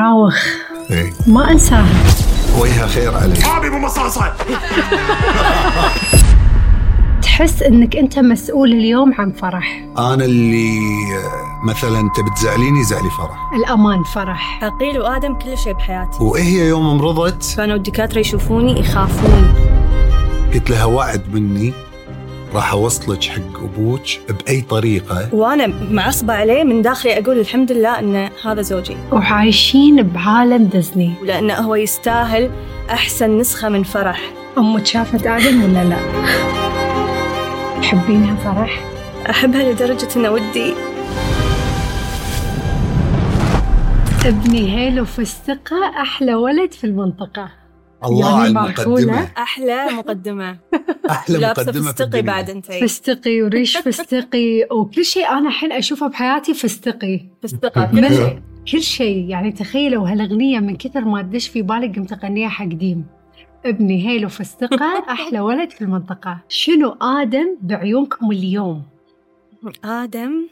راوخ ايه ما انساها وجهها خير عليك حابب مصاصة تحس انك انت مسؤول اليوم عن فرح انا اللي آه، مثلا انت بتزعليني زعلي فرح الامان فرح عقيل وادم كل شيء بحياتي وهي يوم مرضت كانوا الدكاتره يشوفوني يخافون قلت لها وعد مني راح اوصلك حق ابوك باي طريقه وانا معصبه عليه من داخلي اقول الحمد لله ان هذا زوجي وعايشين بعالم ديزني ولانه هو يستاهل احسن نسخه من فرح امك شافت ادم ولا لا تحبينها فرح احبها لدرجه انه ودي ابني هيلو فستقة احلى ولد في المنطقه الله يعني على معقولة؟ المقدمه احلى مقدمه احلى لابسه مقدمه في فستقي الدنيا. بعد انتي فستقي وريش فستقي وكل شيء انا الحين اشوفه بحياتي فستقي فستقه من كل شيء كل شيء يعني تخيلوا هالاغنيه من كثر ما تدش في بالي قمت اغنيها حق ديم ابني هيلو فستقة احلى ولد في المنطقه شنو ادم بعيونكم اليوم ادم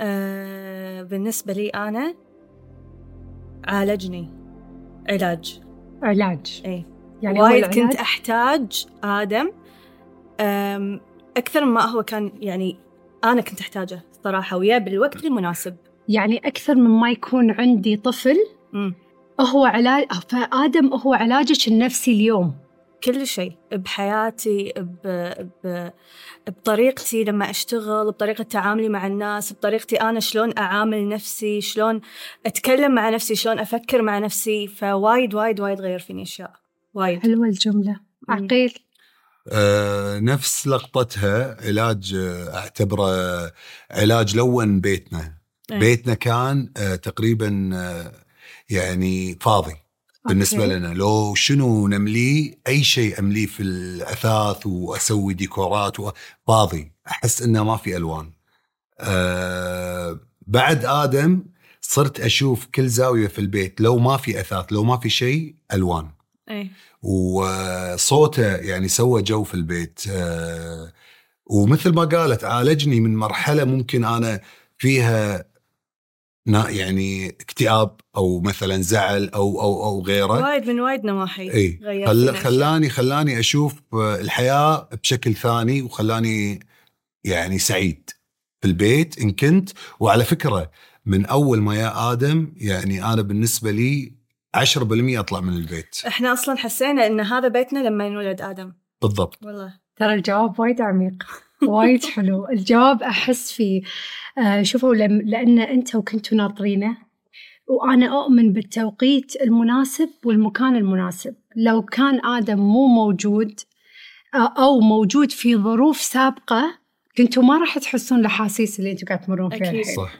آه بالنسبه لي انا عالجني علاج إيه. علاج اي يعني هو وايد العلاج كنت احتاج ادم أم، اكثر ما هو كان يعني انا كنت احتاجه صراحه وياه بالوقت المناسب يعني اكثر مما يكون عندي طفل أمم، هو علاج فادم هو علاجك النفسي اليوم كل شيء بحياتي ب... ب... بطريقتي لما اشتغل بطريقه تعاملي مع الناس بطريقتي انا شلون اعامل نفسي شلون اتكلم مع نفسي شلون افكر مع نفسي فوايد وايد وايد غير فيني اشياء وايد حلوه الجمله عقيل آه نفس لقطتها علاج آه اعتبره علاج لون بيتنا إيه. بيتنا كان آه تقريبا آه يعني فاضي بالنسبه أوكي. لنا لو شنو نمليه اي شيء امليه في الاثاث واسوي ديكورات و- فاضي احس انه ما في الوان آه بعد ادم صرت اشوف كل زاويه في البيت لو ما في اثاث لو ما في شيء الوان اي وصوته يعني سوى جو في البيت آه، ومثل ما قالت عالجني من مرحله ممكن انا فيها نا- يعني اكتئاب او مثلا زعل او او او غيره وايد من وايد نواحي اي غيرت إيه. خل... فيني. خلاني خلاني اشوف آه، الحياه بشكل ثاني وخلاني يعني سعيد في البيت ان كنت وعلى فكره من اول ما يا ادم يعني انا بالنسبه لي 10% اطلع من البيت احنا اصلا حسينا ان هذا بيتنا لما ينولد ادم بالضبط والله ترى الجواب وايد عميق وايد حلو الجواب أحس فيه آه شوفوا لم لأن أنتوا كنتوا ناطرينه وأنا أؤمن بالتوقيت المناسب والمكان المناسب لو كان آدم مو موجود آه أو موجود في ظروف سابقة كنتوا ما راح تحسون الأحاسيس اللي أنتوا قاعد تمرون فيها أكيد. الحين. صح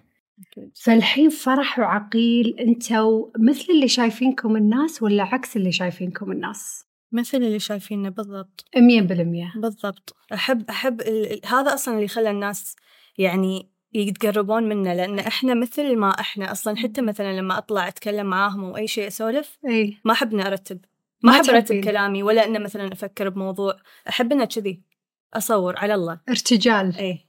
فالحين فرح وعقيل أنتوا مثل اللي شايفينكم الناس ولا عكس اللي شايفينكم الناس؟ مثل اللي شايفينه بالضبط 100% بالضبط احب احب ال... ال- هذا اصلا اللي خلى الناس يعني يتقربون منا لان احنا مثل ما احنا اصلا حتى مثلا لما اطلع اتكلم معاهم او اي شيء اسولف أي ما احب اني ارتب ما ما احب ارتب تحبين. كلامي ولا انه مثلا افكر بموضوع احب انه كذي اصور على الله ارتجال اي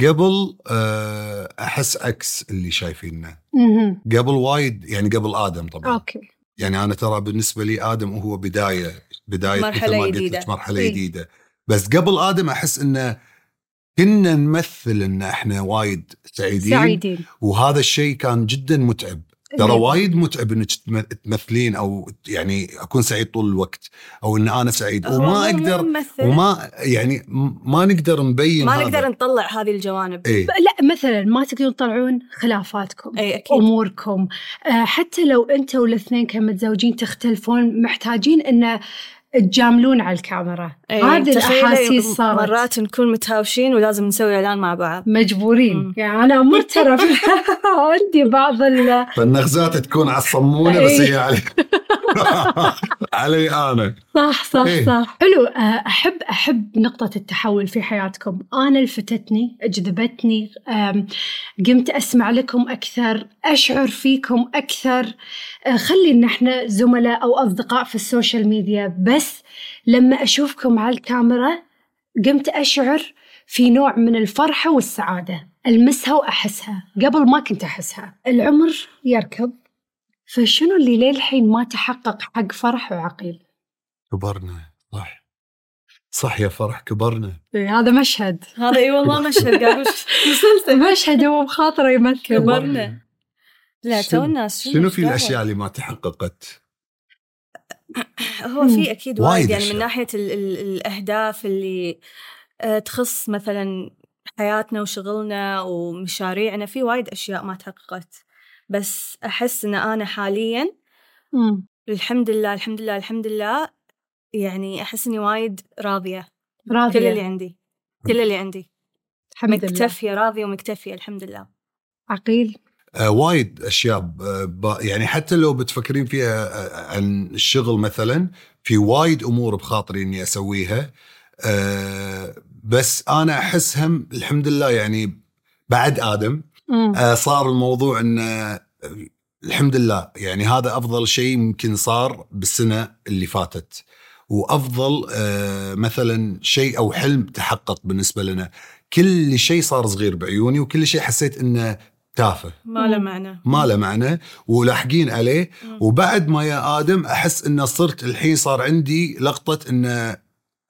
قبل آه، احس عكس اللي شايفينه مهم. قبل وايد يعني قبل ادم طبعا أوكي. اوكي يعني انا ترى بالنسبه لي ادم هو بدايه بدايه مرحلة مثل ما قلت جديدة. إيه. لك مرحله إي. جديده بس قبل ادم احس انه كنا نمثل ان احنا وايد سعيدين سعيدين وهذا الشيء كان جدا متعب ترى إيه. وايد متعب انك تم- تمثلين او يعني اكون سعيد طول الوقت او ان انا سعيد وما اقدر وما وما يعني م- ما نقدر نبين ما هذا. نقدر نطلع هذه الجوانب إيه. لا مثلا ما تقدرون تطلعون خلافاتكم اي اكيد اموركم آه، حتى لو انت والاثنين كمتزوجين تختلفون محتاجين ان تجاملون على الكاميرا إيه. أي، إيه. هذه تخيلي الاحاسيس صارت مرات نكون متهاوشين ولازم نسوي اعلان مع بعض مجبورين مم. يعني انا مرترف عندي بعض ال فالنغزات تكون على الصمونه بس هي علي علي انا صح صح إيه. صح حلو آه، احب احب نقطه التحول في حياتكم انا لفتتني جذبتني آم، قمت اسمع لكم اكثر اشعر فيكم اكثر آه، خلي ان احنا زملاء او اصدقاء في السوشيال ميديا بس لما اشوفكم على الكاميرا قمت اشعر في نوع من الفرحه والسعاده المسها واحسها قبل ما كنت احسها العمر يركض فشنو اللي للحين ما تحقق حق فرح وعقيل؟ كبرنا صح صح يا فرح كبرنا إيه، هذا مشهد هذا اي والله مشهد قاعد أقول مسلسل مشهد هو بخاطره يمثل كبر. كبرنا. لا شنو- تو الناس شنو في إيش الاشياء اللي ما تحققت؟ هو في اكيد وايد وايد يعني أشياء. من ناحيه ال ال الاهداف اللي آه، تخص مثلا حياتنا وشغلنا ومشاريعنا في وايد اشياء ما تحققت بس احس ان انا حاليا مم. الحمد لله الحمد لله الحمد لله يعني احس اني وايد راضيه كل اللي راضية عندي كل اللي عندي الحمد لله مكتفيه راضيه ومكتفيه الحمد لله عقيل آه وايد اشياء ب- ب- يعني حتى لو بتفكرين فيها آه، عن الشغل مثلا في وايد امور بخاطري اني اسويها آه بس انا احس هم الحمد لله يعني بعد ادم مم. آه، صار الموضوع ان آه، الحمد لله يعني هذا افضل شيء ممكن صار بالسنه اللي فاتت وافضل آه، مثلا شيء او حلم تحقق بالنسبه لنا كل شيء صار صغير بعيوني وكل شيء حسيت انه تافه ما له مم. معنى ما له معنى ولاحقين عليه مم. وبعد ما يا ادم احس انه صرت الحين صار عندي لقطه انه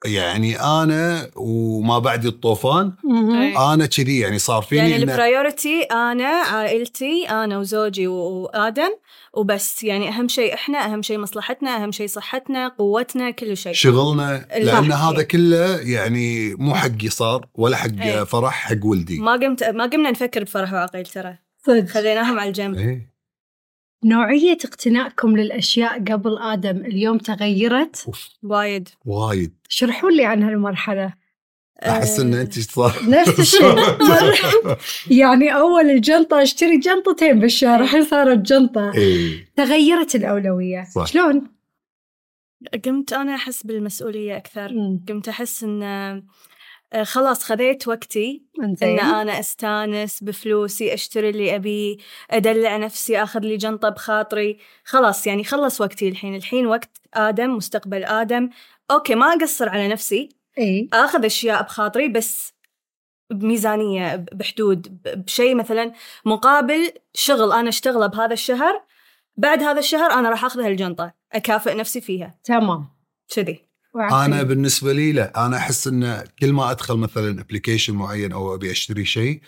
يعني انا وما بعد الطوفان مم. إيه. انا كذي يعني صار فيني يعني إنه- البرايورتي انا عائلتي انا وزوجي و- وادم وبس يعني اهم شيء احنا اهم شيء مصلحتنا اهم شيء صحتنا قوتنا كل شيء شغلنا لان الفرح. هذا كله يعني مو حقي صار ولا حق إيه. فرح حق ولدي ما قمت ما قمنا نفكر بفرح وعقيل ترى صدق خليناهم على الجنب إيه. نوعية اقتنائكم للأشياء قبل آدم اليوم تغيرت أوف، وايد وايد شرحوا لي عن هالمرحلة احس إيه. ان انت صار نفس الشيء مرة. يعني أول الجنطة أشتري جنطتين بالشهر الحين صارت جنطة إيه. تغيرت الأولوية صح. شلون؟ آه، قمت انا احس بالمسؤوليه اكثر مم. قمت احس ان آه، خلاص خذيت وقتي إنزين. ان انا استانس بفلوسي اشتري اللي ابيه ادلع نفسي اخذ لي جنطه بخاطري خلاص يعني خلص وقتي الحين الحين وقت ادم مستقبل ادم اوكي ما اقصر على نفسي إي اخذ اشياء بخاطري بس بميزانيه ب- بحدود ب- بشيء مثلا مقابل شغل انا اشتغله بهذا الشهر بعد هذا الشهر انا راح اخذ هالجنطه اكافئ نفسي فيها تمام كذي وعقيل. انا بالنسبه لي لا انا احس ان كل ما ادخل مثلا ابلكيشن معين او ابي اشتري شيء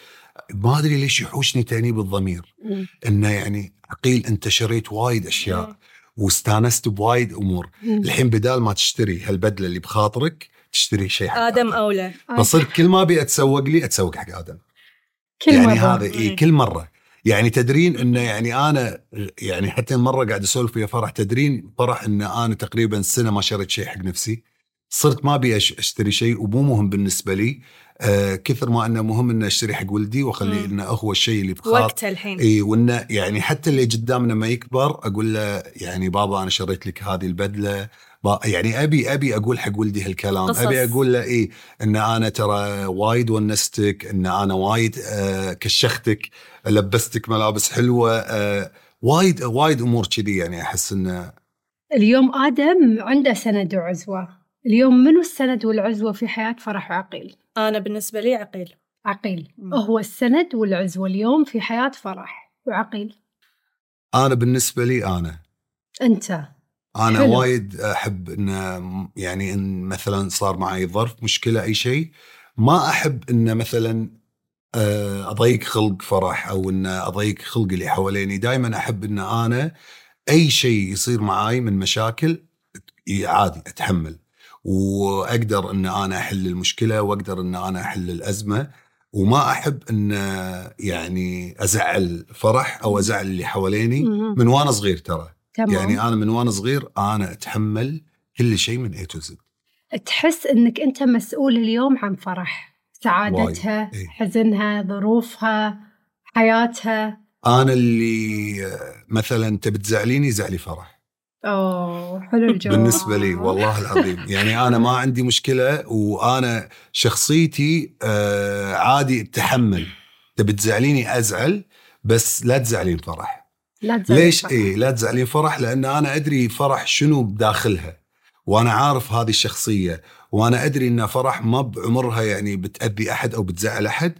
ما ادري ليش يحوشني تانيب الضمير مم. انه يعني عقيل انت شريت وايد اشياء إيه. واستانست بوايد امور الحين بدال ما تشتري هالبدله اللي بخاطرك تشتري شيء حق ادم اولى فصرت كل ما ابي اتسوق لي اتسوق حق ادم كل يعني مرة هذا إيه مم. كل مره يعني تدرين انه يعني انا يعني حتى مره قاعد اسولف ويا فرح تدرين فرح ان انا تقريبا سنه ما شريت شيء حق نفسي صرت ما ابي أش- اشتري شيء ومو مهم بالنسبه لي آه كثر ما انه مهم انه اشتري حق ولدي واخليه مم. انه هو الشيء اللي بخاطر وقته الحين اي وانه يعني حتى اللي قدام لما يكبر اقول له يعني بابا انا شريت لك هذه البدله با- يعني ابي ابي اقول حق ولدي هالكلام قصص. ابي اقول له اي ان انا ترى وايد ونستك ان انا وايد آه كشختك لبستك ملابس حلوه آه وايد وايد امور كذي يعني احس انه اليوم آدم عنده سند وعزوة اليوم منو السند والعزوة في حياة فرح وعقيل؟ انا بالنسبه لي عقيل عقيل مم. هو السند والعزوة اليوم في حياة فرح وعقيل انا بالنسبه لي انا أنت انا حلو. وايد احب ان يعني ان مثلا صار معي ظرف مشكله اي شيء ما احب ان مثلا آه، اضيق خلق فرح او ان اضيق خلق اللي حواليني دائما احب ان انا اي شيء يصير معاي من مشاكل عادي اتحمل واقدر ان انا احل المشكله واقدر ان انا احل الازمه وما احب ان يعني ازعل فرح او ازعل اللي حواليني مم. إيه، من وانا صغير ترى تمام يعني انا من وانا صغير انا اتحمل كل شيء من اي تو زد تحس انك انت مسؤول اليوم عن فرح سعادتها إيه. حزنها ظروفها حياتها انا اللي آه، مثلا تبي تزعليني زعلي فرح اوه حلو الجواب آه. بالنسبه لي والله العظيم يعني انا ما عندي مشكله وانا شخصيتي آه، عادي اتحمل تبي تزعليني ازعل بس لا تزعلين فرح لا تزعل ليش إيه. فرح. اي لا تزعلين فرح لان انا ادري فرح شنو بداخلها وانا عارف هذه الشخصيه وانا ادري ان فرح ما بعمرها يعني بتاذي احد او بتزعل احد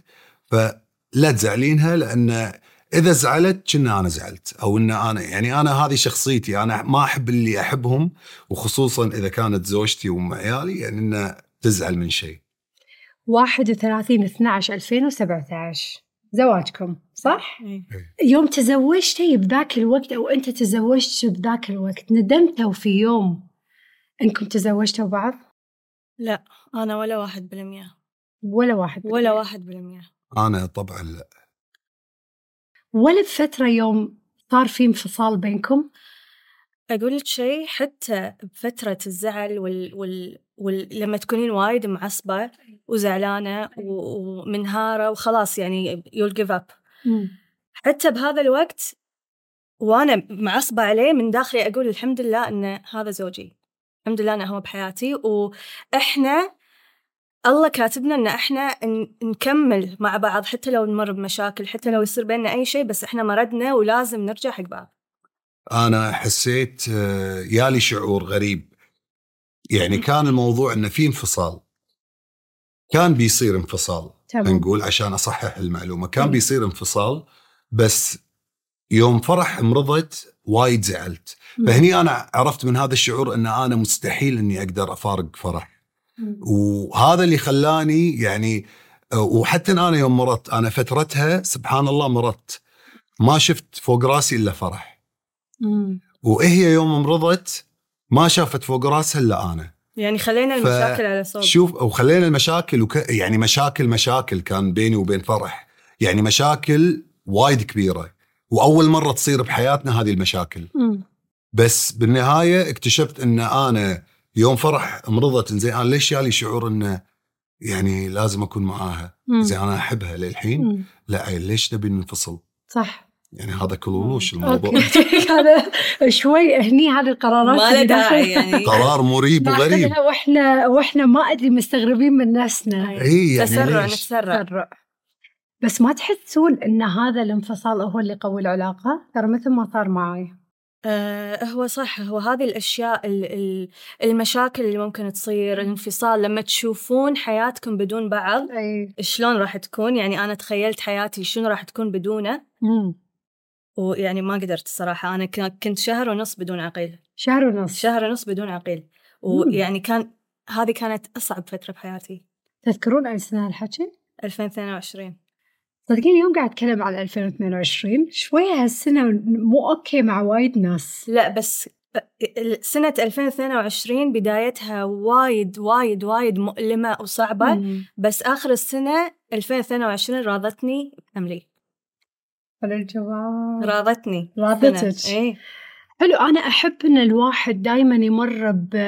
فلا تزعلينها لان اذا زعلت كنا انا زعلت او ان انا يعني انا هذه شخصيتي انا ما احب اللي احبهم وخصوصا اذا كانت زوجتي وام عيالي يعني انها تزعل من شيء 31 12 2017 زواجكم صح؟ إيه. يوم تزوجتي بذاك الوقت او انت تزوجت بذاك الوقت ندمتوا في يوم انكم تزوجتوا بعض لا أنا ولا واحد بالمية ولا واحد ولا واحد بالمية انا طبعا لا ولا بفتره يوم صار في انفصال بينكم أقول لك شيء حتى بفترة الزعل وال... وال... وال... لما تكونين وايد معصبة وزعلانة و... ومنهارة وخلاص يعني you'll give up حتى بهذا الوقت وانا معصبه عليه من داخلي اقول الحمد لله ان هذا زوجي الحمد لله انه هو بحياتي واحنا الله كاتبنا ان احنا ن- نكمل مع بعض حتى لو نمر بمشاكل حتى لو يصير بيننا اي شيء بس احنا مردنا ولازم نرجع حق بعض انا حسيت آه، يالي شعور غريب يعني كان الموضوع انه في انفصال كان بيصير انفصال تمام نقول عشان اصحح المعلومه كان مم. بيصير انفصال بس يوم فرح مرضت وايد زعلت فهني انا عرفت من هذا الشعور ان انا مستحيل اني اقدر افارق فرح مم. وهذا اللي خلاني يعني آه، وحتى انا يوم مرضت انا فترتها سبحان الله مرضت ما شفت فوق راسي الا فرح مم. وهي يوم مرضت ما شافت فوق راسها الا انا يعني خلينا ف- المشاكل على صوب شوف وخلينا المشاكل وك... يعني مشاكل مشاكل كان بيني وبين فرح يعني مشاكل وايد كبيره واول مره تصير بحياتنا هذه المشاكل مم. بس بالنهايه اكتشفت ان انا يوم فرح مرضت زين انا ليش يالي شعور انه يعني لازم اكون معاها مم. زين انا احبها للحين مم. لا عيل، ليش نبي ننفصل صح يعني هذا كلولوش الموضوع اوكي هذا شوي هني هذه القرارات ما له اللي داعي ناخذ- يعني قرار مريب وغريب ناخذها واحنا واحنا ما ادري مستغربين من نفسنا اي يعني تسرع ليش؟ نتسرع تسرع. بس ما تحسون ان هذا الانفصال هو اللي قوي العلاقه ترى مثل ما صار معي آه هو صح هو هذه الأشياء ال- ال- المشاكل اللي ممكن تصير الانفصال لما تشوفون حياتكم بدون بعض اي شلون راح تكون يعني أنا تخيلت حياتي شنو راح تكون بدونه مم. ويعني ما قدرت الصراحة أنا ك- كنت شهر ونص بدون عقيل شهر ونص شهر ونص بدون عقيل مم. ويعني كان هذه كانت أصعب فترة بحياتي تذكرون اي سنه هالحكي؟ 2022 صدقيني اليوم قاعد اتكلم على 2022 شويه هالسنه مو اوكي مع وايد ناس لا بس ال- سنة 2022 بدايتها وايد وايد وايد مؤلمة وصعبة مم. بس آخر السنة 2022 راضتني بحملي حلو الجواب راضتني إيه. راضتك اي حلو انا احب ان الواحد دائما يمر ب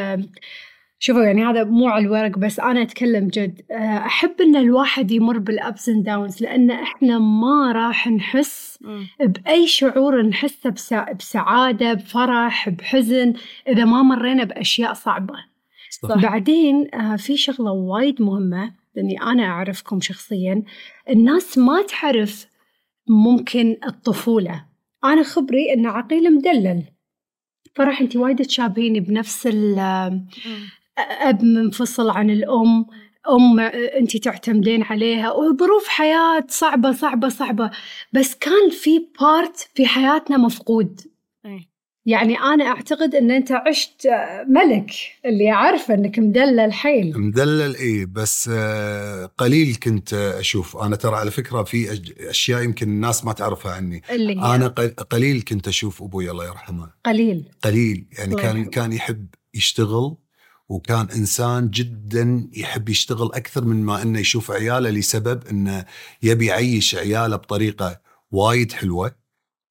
شوفوا يعني هذا مو على الورق بس انا اتكلم جد أه، احب ان الواحد يمر بالابس اند داونز لان احنا ما راح نحس باي شعور نحسه بسا- بسعاده بفرح بحزن اذا ما مرينا باشياء صعبه صح. بعدين آه، في شغلة وايد مهمة لأني أنا أعرفكم شخصيا الناس ما تعرف ممكن الطفولة أنا خبري أن عقيل مدلل فرح أنت وايد تشابهيني بنفس ال- آه، أب منفصل عن الأم أم أنت تعتمدين عليها وظروف حياة صعبة صعبة صعبة بس كان في بارت في حياتنا مفقود إي. يعني أنا أعتقد أن أنت عشت آه، ملك اللي أعرفه أنك مدلل حيل مدلل ايه بس آه، قليل كنت آه، اشوف انا ترى على فكره في أج- اشياء يمكن الناس ما تعرفها عني اللي هي انا قل- قليل كنت اشوف ابوي الله يرحمه قليل قليل يعني الله كان يرحمه. كان يحب يشتغل وكان انسان جدا يحب يشتغل اكثر من ما انه يشوف عياله لسبب انه يبي يعيش عياله بطريقه وايد حلوه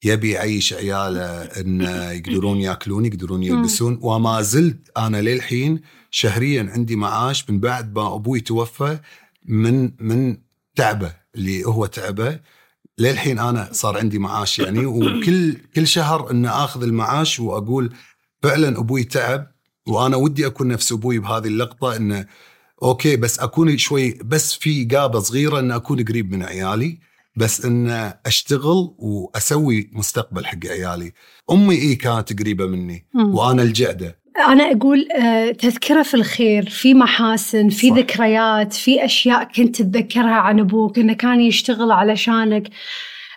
يبي يعيش عياله ان يقدرون ياكلون يقدرون يلبسون وما زلت انا للحين شهريا عندي معاش من بعد ما ابوي توفى من من تعبه اللي هو تعبه للحين انا صار عندي معاش يعني وكل كل شهر ان اخذ المعاش واقول فعلا ابوي تعب وانا ودي اكون نفس ابوي بهذه اللقطه انه اوكي بس اكون شوي بس في قابه صغيره ان اكون قريب من عيالي بس ان اشتغل واسوي مستقبل حق عيالي امي اي كانت قريبه مني وانا الجعده أنا أقول آه، تذكرة في الخير في محاسن في صح. ذكريات في أشياء كنت تتذكرها عن أبوك إنه كان يشتغل علشانك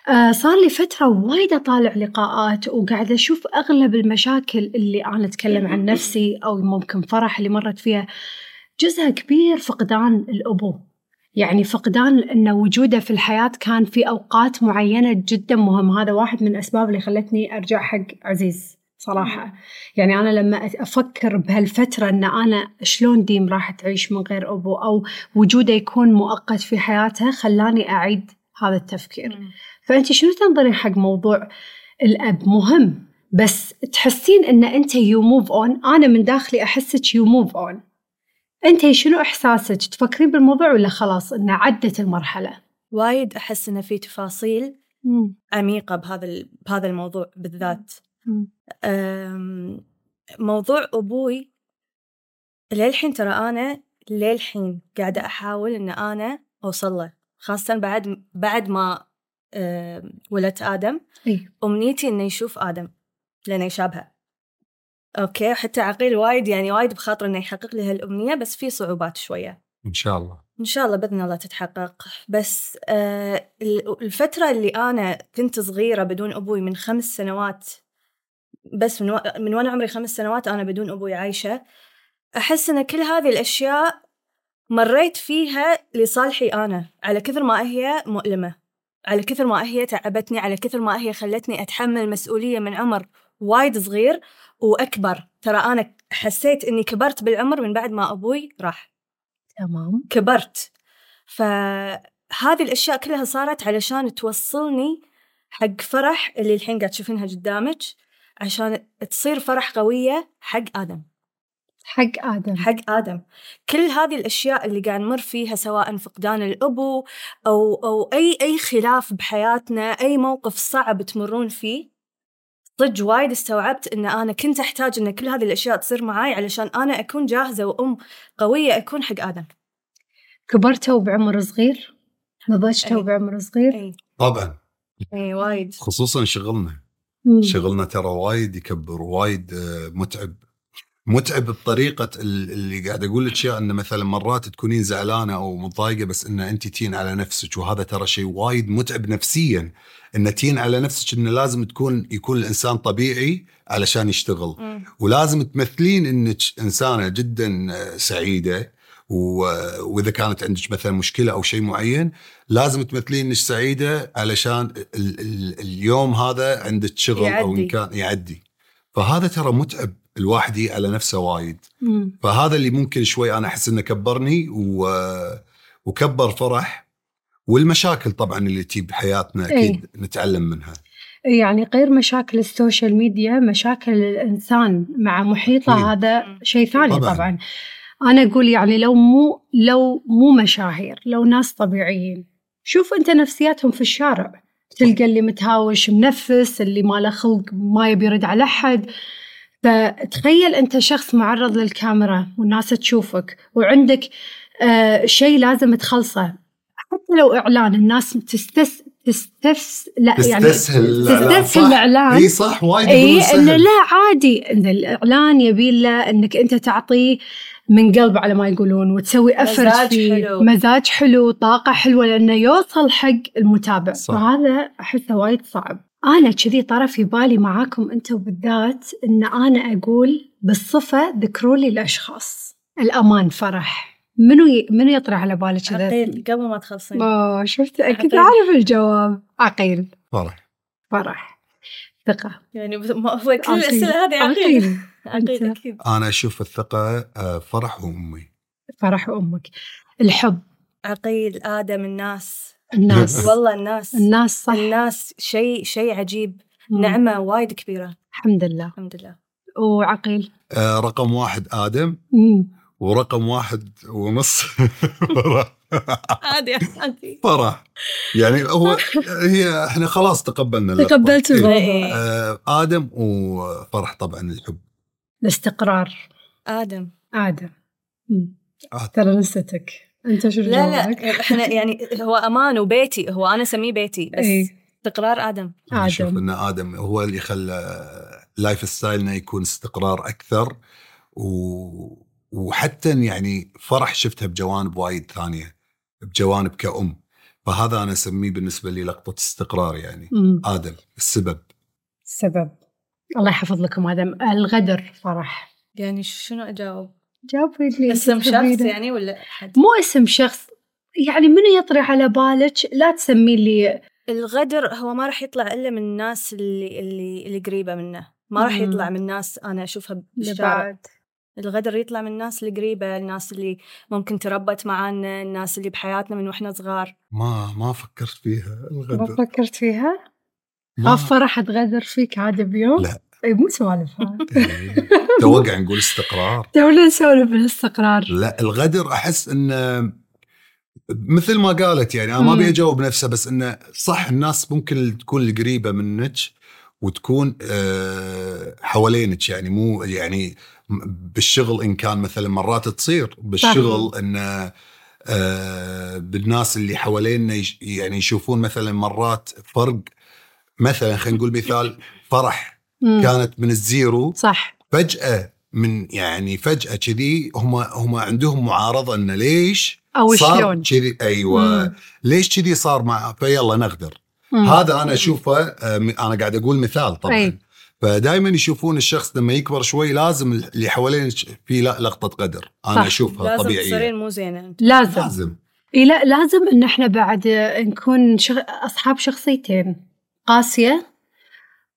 آه، صار لي فترة وايد أطالع لقاءات وقاعدة أشوف أغلب المشاكل اللي أنا أتكلم عن نفسي أو ممكن فرح اللي مرت فيها جزء كبير فقدان الأبو يعني فقدان أنه وجوده في الحياة كان في أوقات معينة جدا مهم هذا واحد من الأسباب اللي خلتني أرجع حق عزيز صراحة يعني أنا لما أفكر بهالفترة أن أنا شلون ديم راح تعيش من غير أبو أو وجوده يكون مؤقت في حياتها خلاني أعيد هذا التفكير فانت شنو تنظرين حق موضوع الاب مهم بس تحسين ان انت يو موف اون انا من داخلي احسك يو موف اون انت شنو احساسك تفكرين بالموضوع ولا خلاص ان عدت المرحله وايد احس انه في تفاصيل عميقه بهذا ال- بهذا الموضوع بالذات أم، آمم، موضوع أبوي للحين ترى أنا للحين قاعدة أحاول إن أنا أوصل له خاصة بعد بعد ما أم، ولدت آدم إي. أمنيتي إنه يشوف آدم لأنه يشابهه أوكي وحتى عقيل وايد يعني وايد بخاطر إنه يحقق لي هالأمنية بس في صعوبات شوية ان شاء الله إن شاء الله بإذن الله تتحقق بس آه، ال- الفترة اللي أنا كنت صغيرة بدون أبوي من خمس سنوات بس من, و... من وأنا عمري خمس سنوات أنا بدون أبوي عايشة أحس إن كل هذه الأشياء مريت فيها لصالحي أنا على كثر ما هي مؤلمة على كثر ما هي تعبتني على كثر ما هي خلتني أتحمل مسؤولية من عمر وايد صغير وأكبر ترى أنا حسيت إني كبرت بالعمر من بعد ما أبوي راح تمام كبرت فهذه الأشياء كلها صارت علشان توصلني حق فرح اللي الحين قاعد تشوفينها قدامك عشان تصير فرح قوية حق آدم حق ادم حق آدم كل هذه الأشياء اللي قاعد نمر فيها سواء فقدان الأبو أو, أو أي, أي خلاف بحياتنا أي موقف صعب تمرون فيه صدق وايد استوعبت ان انا كنت احتاج ان كل هذه الاشياء تصير معاي علشان انا اكون جاهزه وام قويه اكون حق ادم. كبرتوا بعمر صغير نضجتوا إي. بعمر صغير اي طبعا اي وايد خصوصا شغلنا مم. شغلنا ترى وايد يكبر وايد آه، متعب متعب بطريقه ال- اللي قاعد اقول لك اياه انه مثلا مرات تكونين زعلانه او متضايقه بس ان انت تين على نفسك وهذا ترى شيء وايد متعب نفسيا ان تين على نفسك انه لازم تكون يكون الانسان طبيعي علشان يشتغل مم. ولازم تمثلين انك انسانه جدا آه، سعيده و- واذا كانت عندك مثلا مشكله او شيء معين لازم تمثلين انك سعيده علشان ال- ال- اليوم هذا عندك شغل او يعدي. ان كان يعدي فهذا ترى متعب الواحد يجي على نفسه وايد مم. فهذا اللي ممكن شوي انا احس انه كبرني و... آه، وكبر فرح والمشاكل طبعا اللي تجي بحياتنا اكيد نتعلم منها يعني غير مشاكل السوشيال ميديا مشاكل الانسان مع محيطه أكيد. هذا شيء ثاني طبعاً. طبعا, طبعاً. انا اقول يعني لو مو لو مو مشاهير لو ناس طبيعيين شوف انت نفسياتهم في الشارع تلقى اللي متهاوش منفس اللي ما له خلق ما يبي يرد على احد فتخيل انت شخص معرض للكاميرا والناس تشوفك وعندك آه شيء لازم تخلصه حتى لو اعلان الناس تستس تستفس لا يعني تستسهل الإعلان، تستسهل صح؟ الاعلان اي صح وايد اي يقولون انه سهل. إيه، لا عادي ان الاعلان يبي له انك انت تعطيه من قلب على ما يقولون وتسوي مزاج افرت فيه حلو. مزاج حلو طاقه حلوه لانه يوصل حق المتابع صح. وهذا احسه وايد صعب انا كذي طرى في بالي معاكم انتم بالذات ان انا اقول بالصفه ذكروا لي الاشخاص الامان فرح منو ي... منو يطرح على بالك كذا؟ عقيل قبل ما تخلصين أوه، شفت اكيد عقيل. عارف الجواب عقيل فرح فرح ثقه يعني بس- ما هو كل عقيل. الاسئله هذه عقيل عقيل عقيل أنت. اكيد انا اشوف الثقه آه، فرح وامي فرح امك الحب عقيل ادم الناس الناس والله الناس الناس صح الناس شيء شيء عجيب مم. نعمه وايد كبيره الحمد لله الحمد لله وعقيل آه، رقم واحد ادم مم. ورقم واحد ونص عادي عادي فرح يعني هو هي احنا خلاص تقبلنا اللقطة. تقبلت إيه. الموضوع إيه. آه، ادم وفرح طبعا الحب الاستقرار ادم عادة مم. عادة. ترى نستك انت شو لا جوابك؟ لا احنا يعني هو امان وبيتي هو انا اسميه بيتي بس إيه. تقرار ادم أنا أشوف آدم. ان ادم هو اللي خلى لايف ستايلنا يكون استقرار اكثر و... وحتى يعني فرح شفتها بجوانب وايد ثانيه بجوانب كأم فهذا انا اسميه بالنسبه لي لقطه استقرار يعني مم. ادم السبب السبب الله يحفظ لكم هذا الغدر فرح يعني شنو اجاوب؟ جاوبي لي اسم شخص تبينه. يعني ولا حد؟ مو اسم شخص يعني منو يطري على بالك لا تسمي لي الغدر هو ما راح يطلع الا من الناس اللي اللي, اللي قريبه منه ما راح مم. يطلع من ناس انا اشوفها بالشارع بعد الغدر يطلع من الناس القريبه الناس اللي ممكن تربت معانا الناس اللي بحياتنا من واحنا صغار ما ما فكرت فيها ما الغدر فكرت فيها ما- خاف فرح تغدر فيك عادي بيوم لا. اي مو سوالف هاي. إيه. توقع نقول استقرار تونا نسولف بالاستقرار لا الغدر احس انه مثل ما قالت يعني انا ما مم. ابي اجاوب نفسه بس انه صح الناس ممكن تكون القريبه منك وتكون آه، حوالينك يعني مو يعني بالشغل ان كان مثلا مرات تصير بالشغل انه آه، بالناس اللي حوالينا يش- يعني يشوفون مثلا مرات فرق مثلا خلينا نقول مثال فرح مم. كانت من الزيرو صح فجأة من يعني فجأة كذي هم هم عندهم معارضة انه ليش او صار شلون كذي ايوه مم. ليش كذي صار مع فيلا نغدر مم. هذا انا اشوفه آه، م- انا قاعد اقول مثال طبعا أي. فدائما يشوفون الشخص لما يكبر شوي لازم اللي حوالين في لا- لقطة قدر انا صح. اشوفها لازم طبيعية تصيرين مو زينه انت لازم لازم إي لا لازم ان احنا بعد نكون شغ... اصحاب شخصيتين قاسيه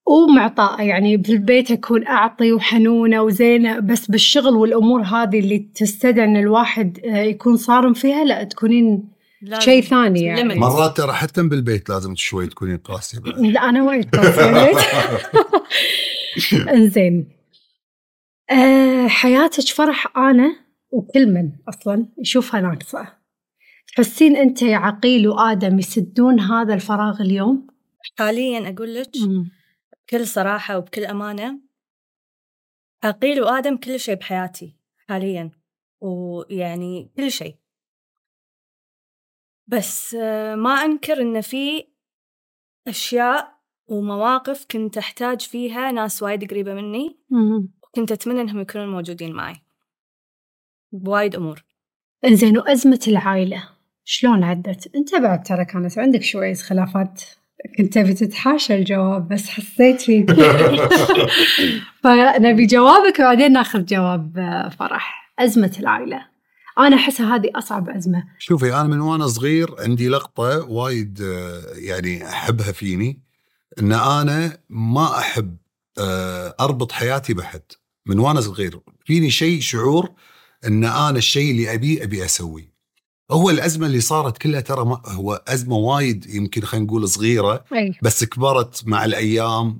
ومعطاءة يعني بالبيت أكون أعطي وحنونة وزينة بس بالشغل والأمور هذه اللي تستدعي إن الواحد آه، يكون صارم فيها لا تكونين لازم. شيء ثاني يعني Limit. مرات ترى حتى بالبيت لازم شوي تكونين قاسية بعد. لا أنا وايد قاسية البيت. انزين أه حياتك فرح انا وكل من اصلا يشوفها ناقصه تحسين انت يا عقيل وادم يسدون هذا الفراغ اليوم حاليا اقول لك بكل صراحه وبكل امانه عقيل وادم كل شيء بحياتي حاليا ويعني كل شيء بس آه، ما انكر ان في اشياء ومواقف كنت احتاج فيها ناس وايد قريبه مني وكنت أتمنى إنهم يكونون موجودين معي بوايد أمور انزين وازمه العائله شلون عدت انت بعد ترى كانت عندك شويه خلافات كنت تبي تتحاشى الجواب بس حسيت فيك فنبي جوابك وبعدين ناخذ جواب آه، فرح ازمه العائله انا احسها هذه اصعب ازمه شوفي انا من وانا صغير عندي لقطه وايد آه، يعني احبها فيني ان انا ما احب آه، اربط حياتي بحد من وانا صغير فيني شيء شعور ان انا الشيء اللي ابيه ابي اسويه هو الازمه اللي صارت كلها ترى ما هو ازمه وايد يمكن خلينا نقول صغيره اي بس كبرت مع الايام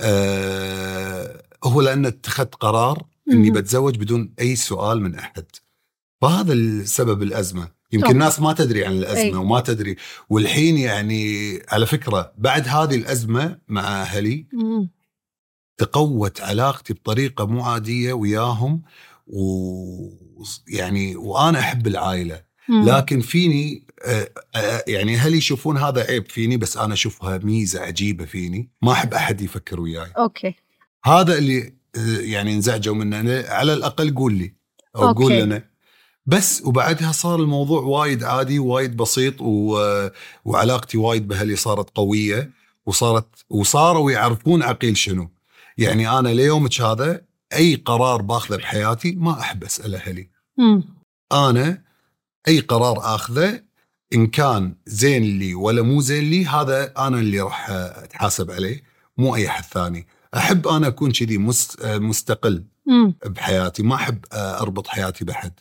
آه هو لان اتخذت قرار اني مم. بتزوج بدون اي سؤال من احد فهذا السبب الازمه يمكن طبعاً. الناس ما تدري عن الازمه أي. وما تدري والحين يعني على فكره بعد هذه الازمه مع اهلي تقوت علاقتي بطريقه مو عاديه وياهم و يعني وانا احب العائله لكن فيني آه، آه، يعني اهلي يشوفون هذا عيب فيني بس انا اشوفها ميزه عجيبه فيني ما احب احد يفكر وياي اوكي هذا اللي آه، يعني انزعجوا منه أنا على الاقل قول لي او أوكي. قول لنا بس وبعدها صار الموضوع وايد عادي وايد بسيط و... آه، وعلاقتي وايد باهلي صارت قويه وصارت وصاروا يعرفون عقيل شنو يعني انا ليومك هذا اي قرار باخذه بحياتي ما احب اسال اهلي انا اي قرار اخذه ان كان زين لي ولا مو زين لي هذا انا اللي راح اتحاسب عليه مو اي احد ثاني احب انا اكون كذي مس- مستقل بحياتي ما احب آه، اربط حياتي بحد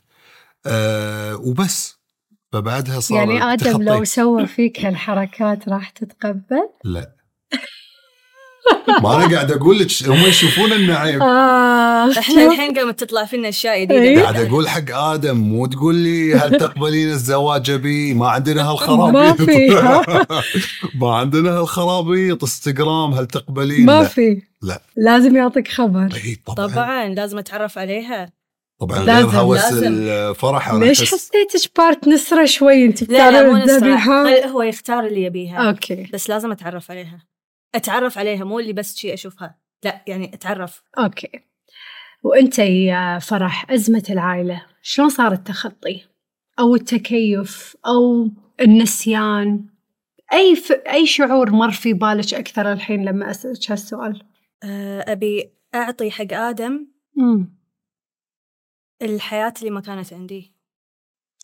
أه وبس فبعدها صار يعني ادم لو تخطيت. سوى فيك هالحركات راح تتقبل؟ لا ما انا قاعد اقول لك هم يشوفون انه عيب آه إحنا الحين قامت تطلع فينا أشياء إيه. جديدة قاعد اقول حق ادم مو تقول لي هل تقبلين الزواج بي ما عندنا هالخرابيط ما فيها. ما عندنا هالخرابيط انستغرام هل تقبلين ما لا. إيه، في لا. لازم يعطيك خبر إي طبعا طبعا, طبعا لازم أتعرف عليها طبعا لازم، غير هوس لازم. الفرح أنا ليش أحس- حسيتك بارت نسرة شوي انت لا لا بتعرف مو نستعرف. الذبيحة؟ خل هو يختار اللي يبيها اوكي بس لازم أتعرف عليها أتعرف عليها مو اللي بس شي أشوفها لا يعني أتعرف اوكي وانت يا فرح ازمة العائلة شلون صار التخطي؟ او التكيف او النسيان اي ف... اي شعور مر في بالك اكثر الحين لما اسالك هالسؤال؟ آه، أبي أعطي حق آدم امم الحياة اللي ما كانت عندي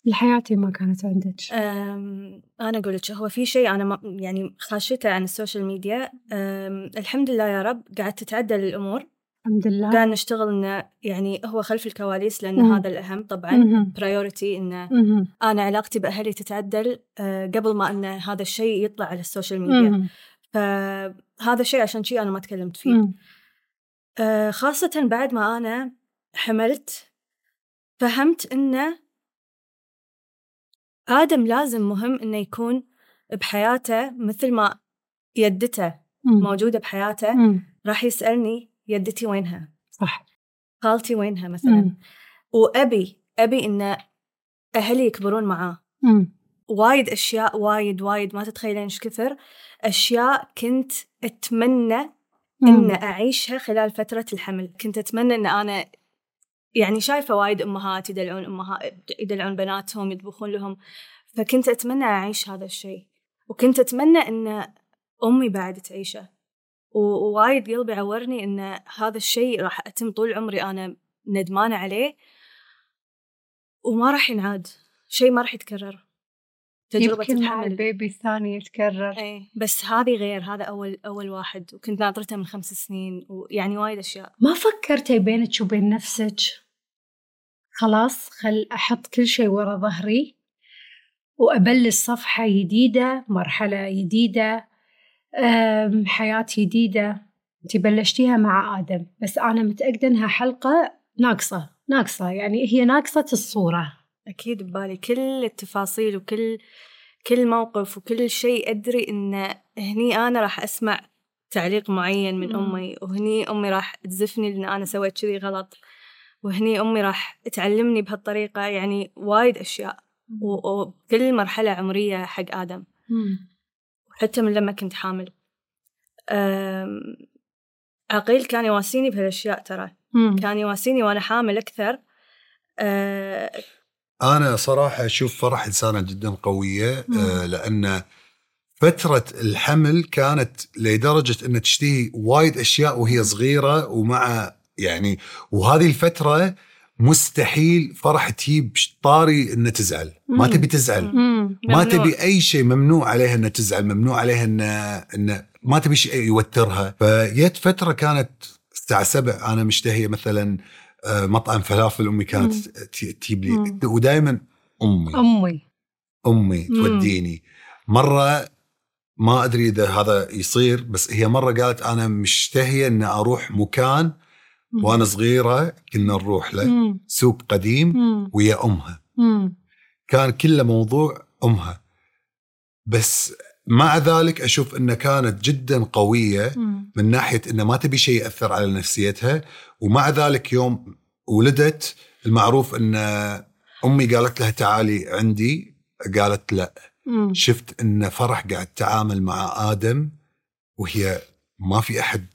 لحياتي ما كانت عندك أم، أنا أقول لك هو في شيء أنا ما يعني خاشته عن السوشيال ميديا أم، الحمد لله يا رب قاعد تتعدل الأمور الحمد لله قاعد نشتغل إنه يعني هو خلف الكواليس لأن مم. هذا الأهم طبعا مهم. برايورتي إنه مهم. أنا علاقتي بأهلي تتعدل أه، قبل ما إن هذا الشيء يطلع على السوشيال ميديا مهم. فهذا الشيء عشان شيء أنا ما تكلمت فيه مم. آه، خاصة بعد ما أنا حملت فهمت إنه آدم لازم مهم إنه يكون بحياته مثل ما يدته مم. موجودة بحياته مم. راح يسألني يدتي وينها صح خالتي وينها مثلا مم. وأبي أبي إنه أهلي يكبرون معاه مم. وايد أشياء وايد وايد ما تتخيلين إيش كثر أشياء كنت أتمنى مم. ان اعيشها خلال فتره الحمل كنت اتمنى ان انا يعني شايفه وايد امهات يدلعون امهات يدلعون بناتهم يطبخون لهم فكنت اتمنى اعيش هذا الشيء وكنت اتمنى ان امي بعد تعيشه و- ووايد قلبي عورني ان هذا الشيء راح اتم طول عمري انا ندمانه عليه وما راح ينعاد شيء ما راح يتكرر تجربه يمكن مع الحمل البيبي الثاني يتكرر ايه بس هذه غير هذا اول اول واحد وكنت ناطرته من خمس سنين ويعني وايد اشياء ما فكرتي بينك وبين نفسك خلاص خل أحط كل شيء ورا ظهري وأبلش صفحة جديدة مرحلة جديدة أم، حياة جديدة أنت بلشتيها مع آدم بس أنا متأكدة إنها حلقة ناقصة ناقصة يعني هي ناقصة الصورة اكيد ببالي كل التفاصيل وكل كل موقف وكل شيء ادري ان هني انا راح اسمع تعليق معين من مم. امي وهني امي راح تزفني لان انا سويت كذي غلط وهني امي راح تعلمني بهالطريقه يعني وايد اشياء و- وكل مرحله عمريه حق ادم حتى من لما كنت حامل أم، عقيل كان يواسيني بهالأشياء ترى مم. كان يواسيني وأنا حامل أكثر أه، انا صراحه اشوف فرح انسانه جدا قويه مم. آه، لان فتره الحمل كانت لدرجه ان تشتهي وايد اشياء وهي صغيره ومع يعني وهذه الفتره مستحيل فرح تجيب طاري انها تزعل ما مم. تبي تزعل مم. ما ممنوع. تبي اي شيء ممنوع عليها انها تزعل ممنوع عليها ان ان ما تبي شيء يوترها فجت فتره كانت الساعه 7 انا مشتهيه مثلا آه، مطعم فلافل امي كانت مم. ت- تجيب مم. لي ودائما امي أمي امي مم. توديني مره ما ادري اذا هذا يصير بس هي مره قالت انا مشتهيه ان اروح مكان مم. وانا صغيره كنا نروح له مم. سوق قديم مم. ويا امها مم. كان كله موضوع امها بس مع ذلك اشوف انها كانت جدا قويه مم. من ناحيه انها ما تبي شيء ياثر على نفسيتها ومع ذلك يوم ولدت المعروف ان امي قالت لها تعالي عندي قالت لا مم. شفت ان فرح قاعد تتعامل مع ادم وهي ما في احد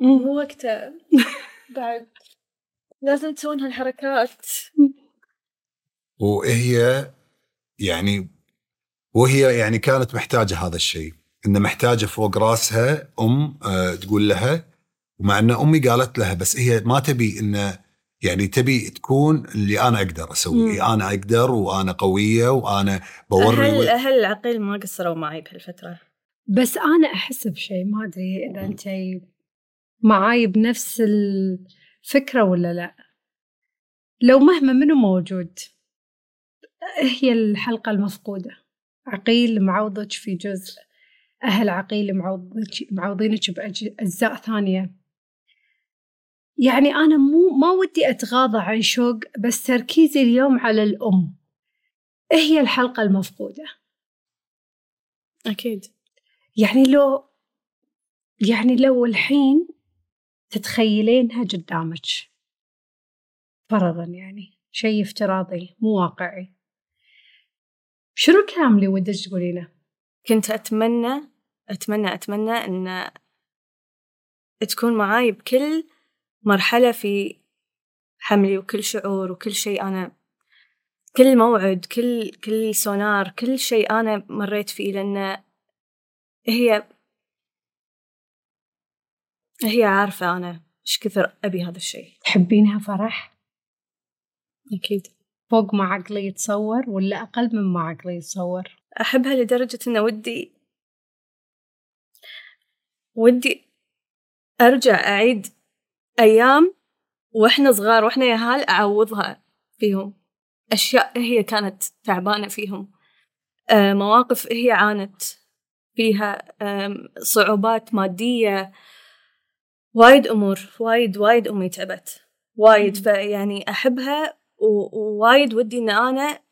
مو وقتها بعد لازم تسوون هالحركات وهي يعني وهي يعني كانت محتاجه هذا الشيء انه محتاجه فوق راسها ام آه، تقول لها ومع ان امي قالت لها بس هي ما تبي انه يعني تبي تكون اللي انا اقدر مم. اسويه انا اقدر وانا قويه وانا بوري أهل الولد. أهل العقيل ما قصروا معي بهالفترة بس أنا أحس بشيء ما أدري إذا أنت معاي بنفس الفكرة ولا لا لو مهما منه موجود هي الحلقة المفقودة عقيل معوضك في جزء أهل عقيل معوضك معوضينك بأجزاء ثانية يعني أنا مو ما ودي أتغاضى عن شوق بس تركيزي اليوم على الأم هي الحلقة المفقودة أكيد يعني لو يعني لو الحين تتخيلينها قدامك فرضا يعني شيء افتراضي مو واقعي شنو الكلام اللي ودك تقولينه؟ كنت أتمنى أتمنى أتمنى إن تكون معاي بكل مرحلة في حملي وكل شعور وكل شيء أنا كل موعد كل كل سونار كل شيء انا مريت فيه لان هي هي عارفه انا ايش كثر ابي هذا الشيء تحبينها فرح اكيد فوق ما عقلي يتصور ولا أقل من ما عقلي يتصور احبها لدرجه انه ودي ودي ارجع اعيد ايام واحنا صغار واحنا ياهال اعوضها فيهم اشياء هي كانت تعبانه فيهم آه، مواقف هي عانت فيها آم، صعوبات ماديه وايد امور وايد وايد امي تعبت وايد مم. فيعني احبها و- ووايد ودي ان انا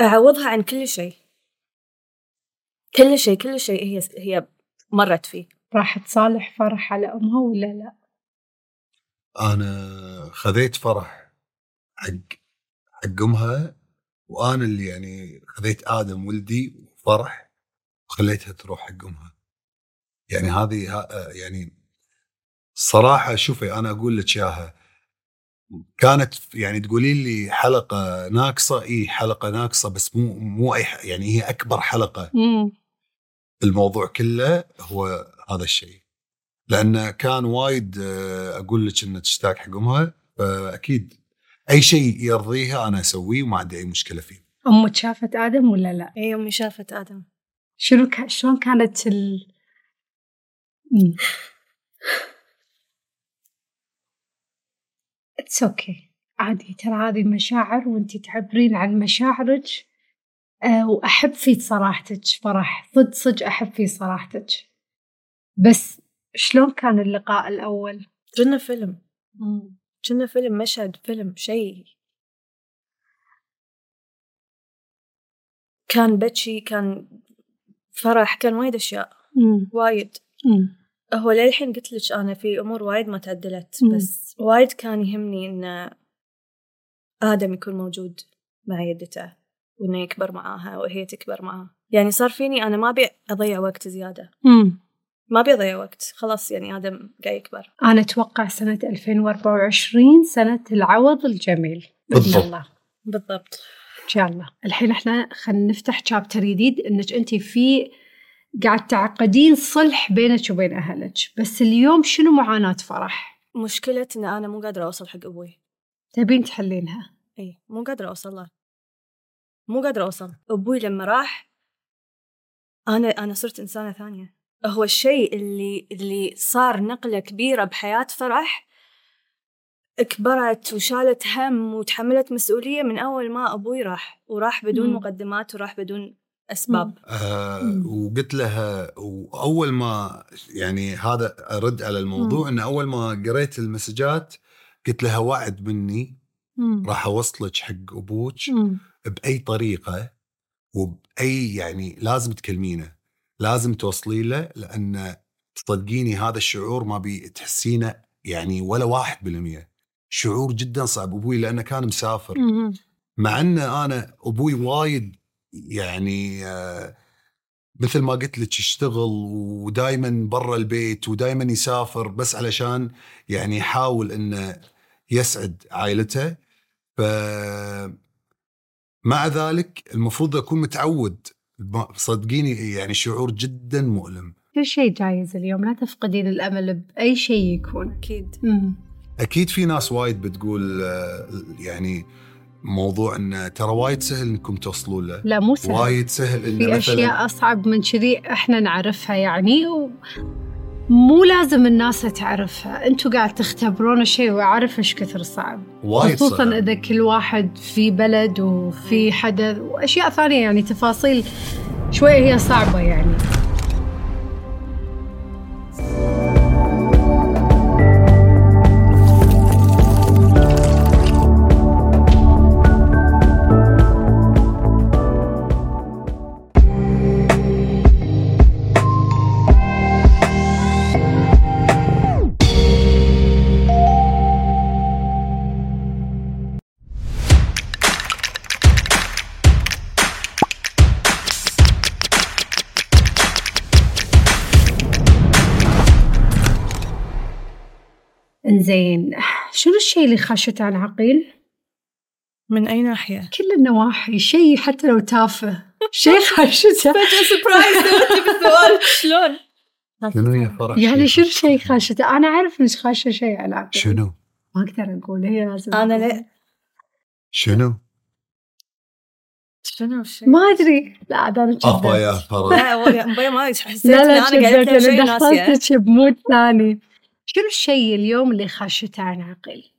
اعوضها عن كل شيء كل شيء كل شيء هي هي مرت فيه راح تصالح فرح على أمها ولا لا انا خذيت فرح حق حق امها وانا اللي يعني خذيت ادم ولدي وفرح وخليتها تروح حق امها يعني هذه ها- يعني صراحة شوفي أنا أقول لك إياها كانت يعني تقولي لي حلقة ناقصة إي حلقة ناقصة بس مو مو أي ح- يعني هي أكبر حلقة مم. الموضوع كله هو هذا الشيء لانه كان وايد آه، اقول لك انه تشتاق حق امها فاكيد اي شيء يرضيها انا اسويه وما عندي اي مشكله فيه أمك شافت آدم ولا لا اي امي شافت ادم شنو كا- شلون كانت ال مم. اتس اوكي عادي ترى هذه مشاعر وانتي تعبرين عن مشاعرك آه، واحب في صراحتك فرح صدق صدق احب في صراحتك بس شلون كان اللقاء الاول؟ كنا فيلم كنا فيلم مشهد فيلم شيء كان بتشي كان فرح كان وايد اشياء وايد هو للحين قلت لك انا في امور وايد ما تعدلت مم. بس وايد كان يهمني ان ادم يكون موجود مع يدته وانه يكبر معاها وهي تكبر معاه يعني صار فيني انا ما ابي اضيع وقت زياده ما ابي اضيع وقت خلاص يعني ادم قاعد يكبر انا اتوقع سنه 2024 سنه العوض الجميل ان شاء بالضبط. الله بالضبط ان شاء الله الحين احنا خلينا نفتح شابتر جديد انك انت في قاعد تعقدين صلح بينك وبين اهلك بس اليوم شنو معاناة فرح مشكلة إن أنا مو قادرة أوصل حق أبوي تبين تحلينها إي إيه، مو قادرة أوصل له مو قادرة أوصل أبوي لما راح أنا أنا صرت إنسانة ثانية هو الشيء اللي اللي صار نقلة كبيرة بحياة فرح كبرت وشالت هم وتحملت مسؤولية من أول ما أبوي راح وراح بدون مم. مقدمات وراح بدون أسباب آه مم. وقلت لها واول ما يعني هذا ارد على الموضوع ان اول ما قريت المسجات قلت لها وعد مني راح اوصلك حق ابوك باي طريقه وباي يعني لازم تكلمينه لازم توصلي له لان تصدقيني هذا الشعور ما بي تحسينه يعني ولا واحد بالمية شعور جدا صعب ابوي لانه كان مسافر مع ان انا ابوي وايد يعني آه، مثل ما قلت لك يشتغل ودائما برا البيت ودائما يسافر بس علشان يعني يحاول انه يسعد عائلته ف مع ذلك المفروض اكون متعود ما- صدقيني يعني شعور جدا مؤلم كل شيء جايز اليوم لا تفقدين الامل باي شيء يكون أكيد مم. اكيد في ناس وايد بتقول آه، يعني موضوع انه ترى وايد سهل انكم توصلوا له لا مو سهل وايد سهل انه في مثلاً- اشياء اصعب من كذي احنا نعرفها يعني ومو لازم الناس تعرفها انتوا قاعد تختبرون الشيء وعارف ايش كثر صعب وايد خصوصا صعب. اذا كل واحد في بلد وفي حدث واشياء ثانيه يعني تفاصيل شويه هي صعبه يعني انزين شنو الشيء اللي خشيت عن عقيل من أي ناحية؟ كل النواحي شيء حتى لو تافه شيء خاشته فجأة سبرايز سويتي بالسؤال شلون؟ شنو يا فرح؟ يعني شنو شيء خاشته انا اعرف مش خاشه شيء على شنو؟ ما اقدر اقول هي لازم أنا أقول. لا شنو؟ شنو شيء؟ ما ادري لا عاد انا افا كذبت. يا فرح لا والله- مبين ما حسيت لا إن لا أنا كذبت قالت لها شيء انا ناسية دخلتك بمود ثاني شنو الشيء اليوم اللي خاشته عن عقلي؟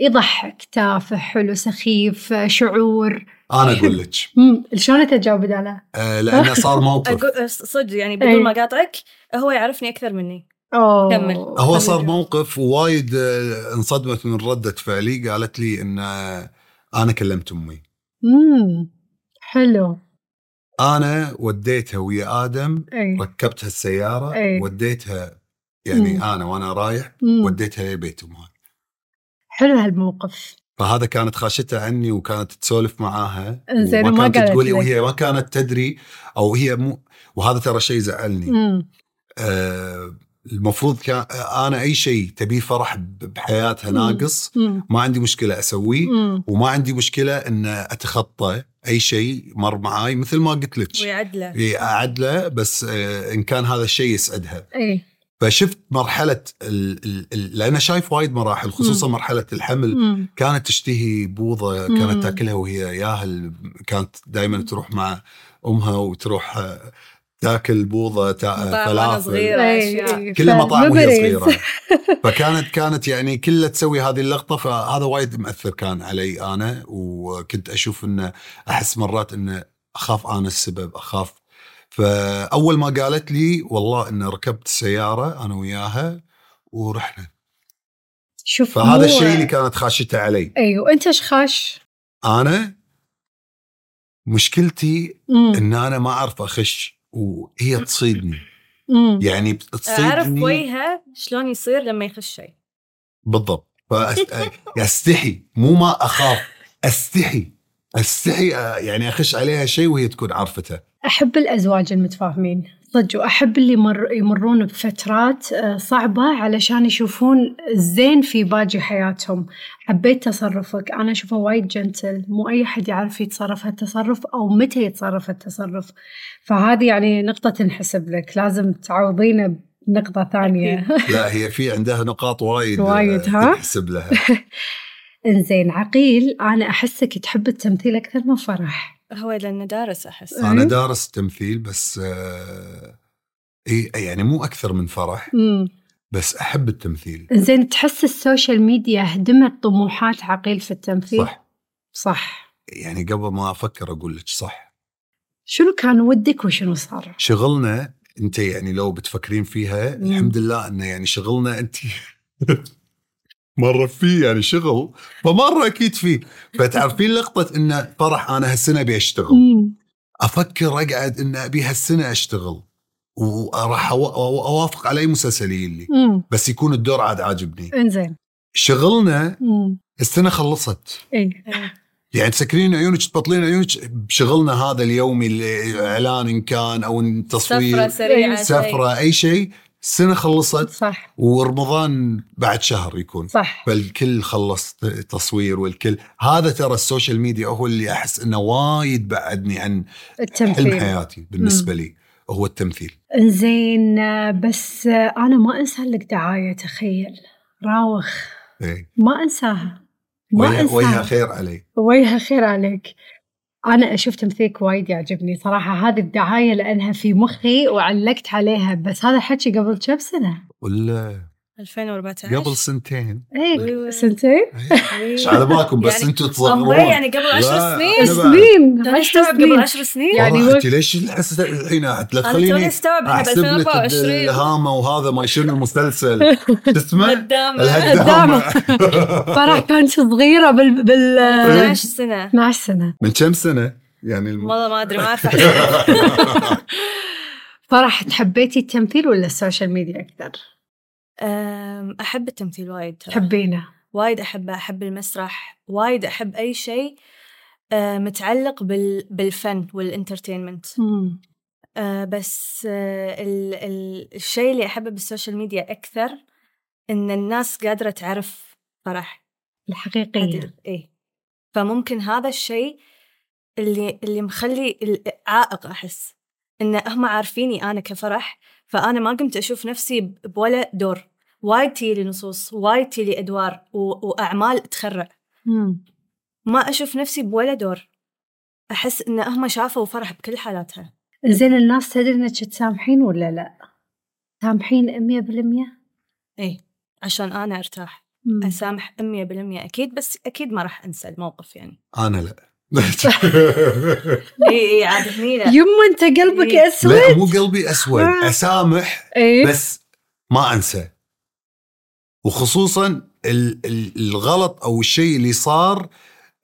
يضحك تافه حلو سخيف شعور انا اقول لك مم، شلون اتجاوب على آه لانه صار موقف أقول صدق يعني إيه. بدون ما أقاطعك هو يعرفني أكثر مني أه، اوه كمل. هو صار موقف وايد آه، انصدمت من رده فعلي قالت لي ان آه، انا كلمت امي مم، حلو انا وديتها ويا ادم اي ركبتها السياره إيه. وديتها يعني مم. انا وانا رايح مم، وديتها لبيت امها حلو هالموقف فهذا كانت خاشتها عني وكانت تسولف معاها إنزين، وما وما كانت قالت تقولي لك. وهي ما كانت تدري او هي مو وهذا ترى شيء زعلني مم، آه المفروض كان انا اي شيء تبيه فرح ب- بحياتها مم. ناقص مم، ما عندي مشكله اسويه مم، وما عندي مشكله ان اتخطى اي شيء مر معاي مثل ما قلت لك ويعدله إي، اعدله بس آه ان كان هذا الشيء يسعدها اي فشفت مرحله ال- ال- ال- لان شايف وايد مراحل خصوصا مرحله الحمل مم، كانت تشتهي بوضه مم. كانت تاكلها وهي ياهل كانت دائما تروح مع امها وتروح آه، تاكل بوضه تا... مطاعم وأنا فلافل صغيرة اي أشياء. إي. كلها مطاعم وهي فالمبرز. صغيره فكانت كانت يعني كلها تسوي هذه اللقطه فهذا وايد مأثر كان علي انا وكنت اشوف انه احس مرات انه اخاف انا السبب اخاف فاول ما قالت لي والله انه ركبت سياره انا وياها ورحنا شوف فهذا مو- إيه. الشيء اللي كانت خاشته علي اي وانت ايش خاش؟ انا مشكلتي مم، ان انا ما اعرف اخش وهي تصيدني مم، يعني أعرف تصيدني وجهه شلون يصير لما يخش شيء بالضبط فاستحي مو ما اخاف استحي استحي آه، يعني اخش عليها شيء وهي تكون عارفته احب الازواج المتفاهمين صدق واحب اللي مر يمرون بفترات آه، صعبه علشان يشوفون الزين في باقي حياتهم حبيت تصرفك انا اشوفه وايد جنتل مو اي حد يعرف يتصرف هالتصرف او متى يتصرف هالتصرف فهذه يعني نقطه تنحسب لك لازم تعوضينا بنقطه ثانيه لا هي في عندها نقاط وايد آه، وايد، ها؟ تنحسب لها انزين عقيل انا احسك تحب التمثيل اكثر من فرح هو لأنه دارس أحس انا أي. دارس تمثيل بس آه، إي- يعني مو اكثر من فرح امم بس احب التمثيل انزين تحس السوشيال ميديا هدمت طموحات عقيل في التمثيل صح صح يعني قبل ما افكر اقول لك صح شنو كان ودك وشنو صار؟ شغلنا انت يعني لو بتفكرين فيها مم. الحمد لله انه يعني شغلنا انت مره فيه يعني شغل فمره اكيد فيه فتعرفين لقطه انه فرح انا هالسنه بيشتغل افكر اقعد انه ابي هالسنه اشتغل وراح أو- أو- اوافق على اي مسلسل يلي امم بس يكون الدور عاد عاجبني انزين شغلنا امم السنه خلصت اي يعني تسكرين عيونك تبطلين عيونك بشغلنا هذا اليومي اللي اعلان ان كان او إن تصوير سفرة إيه. سريعة شيء. سفره اي شيء السنه خلصت صح ورمضان بعد شهر يكون صح فالكل خلص ت- تصوير والكل هذا ترى السوشيال ميديا هو اللي احس انه وايد بعدني عن حلم التمثيل حياتي بالنسبه لي هو التمثيل انزين آه، بس آه، انا ما انسى لك دعايه تخيل راوخ إيه. ما انساها ما وجه- وجهها انساها خير علي ويها خير عليك أنا أشوف تمثيلك وايد يعجبني صراحة هذه الدعاية لأنها في مخي وعلقت عليها بس هذا حكي قبل كم سنة؟ ولا 2014 قبل سنتين إيه أيوة. سنتين؟ إيه. ايش على بالكم بس يعني- انتم أمي تصغرون يعني قبل 10 لا، سنين أنا بعد. سنين توني عشر استوعب قبل سنين 10 سنين يعني يعني وقت- انت ليش الحس الحين انا توني تدخليني استوعب انه ب احسب لك 2024 الهامه وهذا ما شنو المسلسل شو اسمه؟ قدام الهدامه فرح كانت صغيرة بال بال إيه. 12 سنه 12 سنة من كم سنه؟ يعني الم... والله ما ادري ما اعرف أحسب. فرح تحبيتي التمثيل ولا السوشيال ميديا أكثر؟ أم، احب التمثيل وايد ترى تحبينه وايد احبه احب المسرح وايد احب اي شيء أه، متعلق بال... بالفن والانترتينمنت مم. أه، بس أه، ال... ال... الشيء اللي احبه بالسوشيال ميديا اكثر ان الناس قادره تعرف فرح إيه. الحقيقية ايه فممكن هذا الشيء اللي اللي مخلي العائق احس ان هم عارفيني انا كفرح فانا ما قمت اشوف نفسي ب- بولا دور وايد تي لي نصوص وايد تي لي ادوار و- واعمال تخرع مم. ما اشوف نفسي بولا دور احس ان هم شافوا فرح بكل حالاتها زين الناس تدري انك تسامحين ولا لا؟ سامحين 100%؟ اي عشان انا ارتاح مم. اسامح 100% اكيد بس اكيد ما راح انسى الموقف يعني انا لا اي اي عاد هني لا. يما انت قلبك إيه. إيه. اسود لا مو قلبي اسود اسامح اي بس ما انسى وخصوصا ال- ال- الغلط او الشيء اللي صار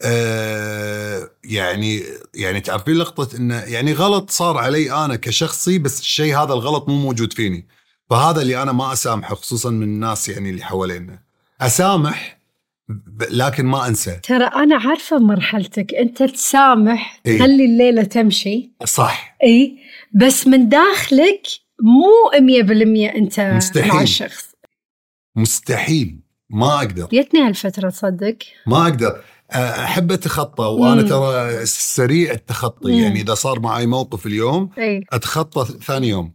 آه يعني يعني تعرفين لقطه انه يعني غلط صار علي انا كشخصي بس الشيء هذا الغلط مو موجود فيني فهذا اللي انا ما اسامحه خصوصا من الناس يعني اللي حوالينا اسامح ب- لكن ما انسى ترى انا عارفه مرحلتك انت تسامح إيه. خلي الليله تمشي صح اي بس من داخلك مو 100% انت مستحيل. مع الشخص مستحيل ما اقدر جتني هالفتره تصدق ما اقدر آه، احب اتخطى وانا مم. ترى سريع التخطي مم. يعني اذا صار معي موقف اليوم اي اتخطى ثاني يوم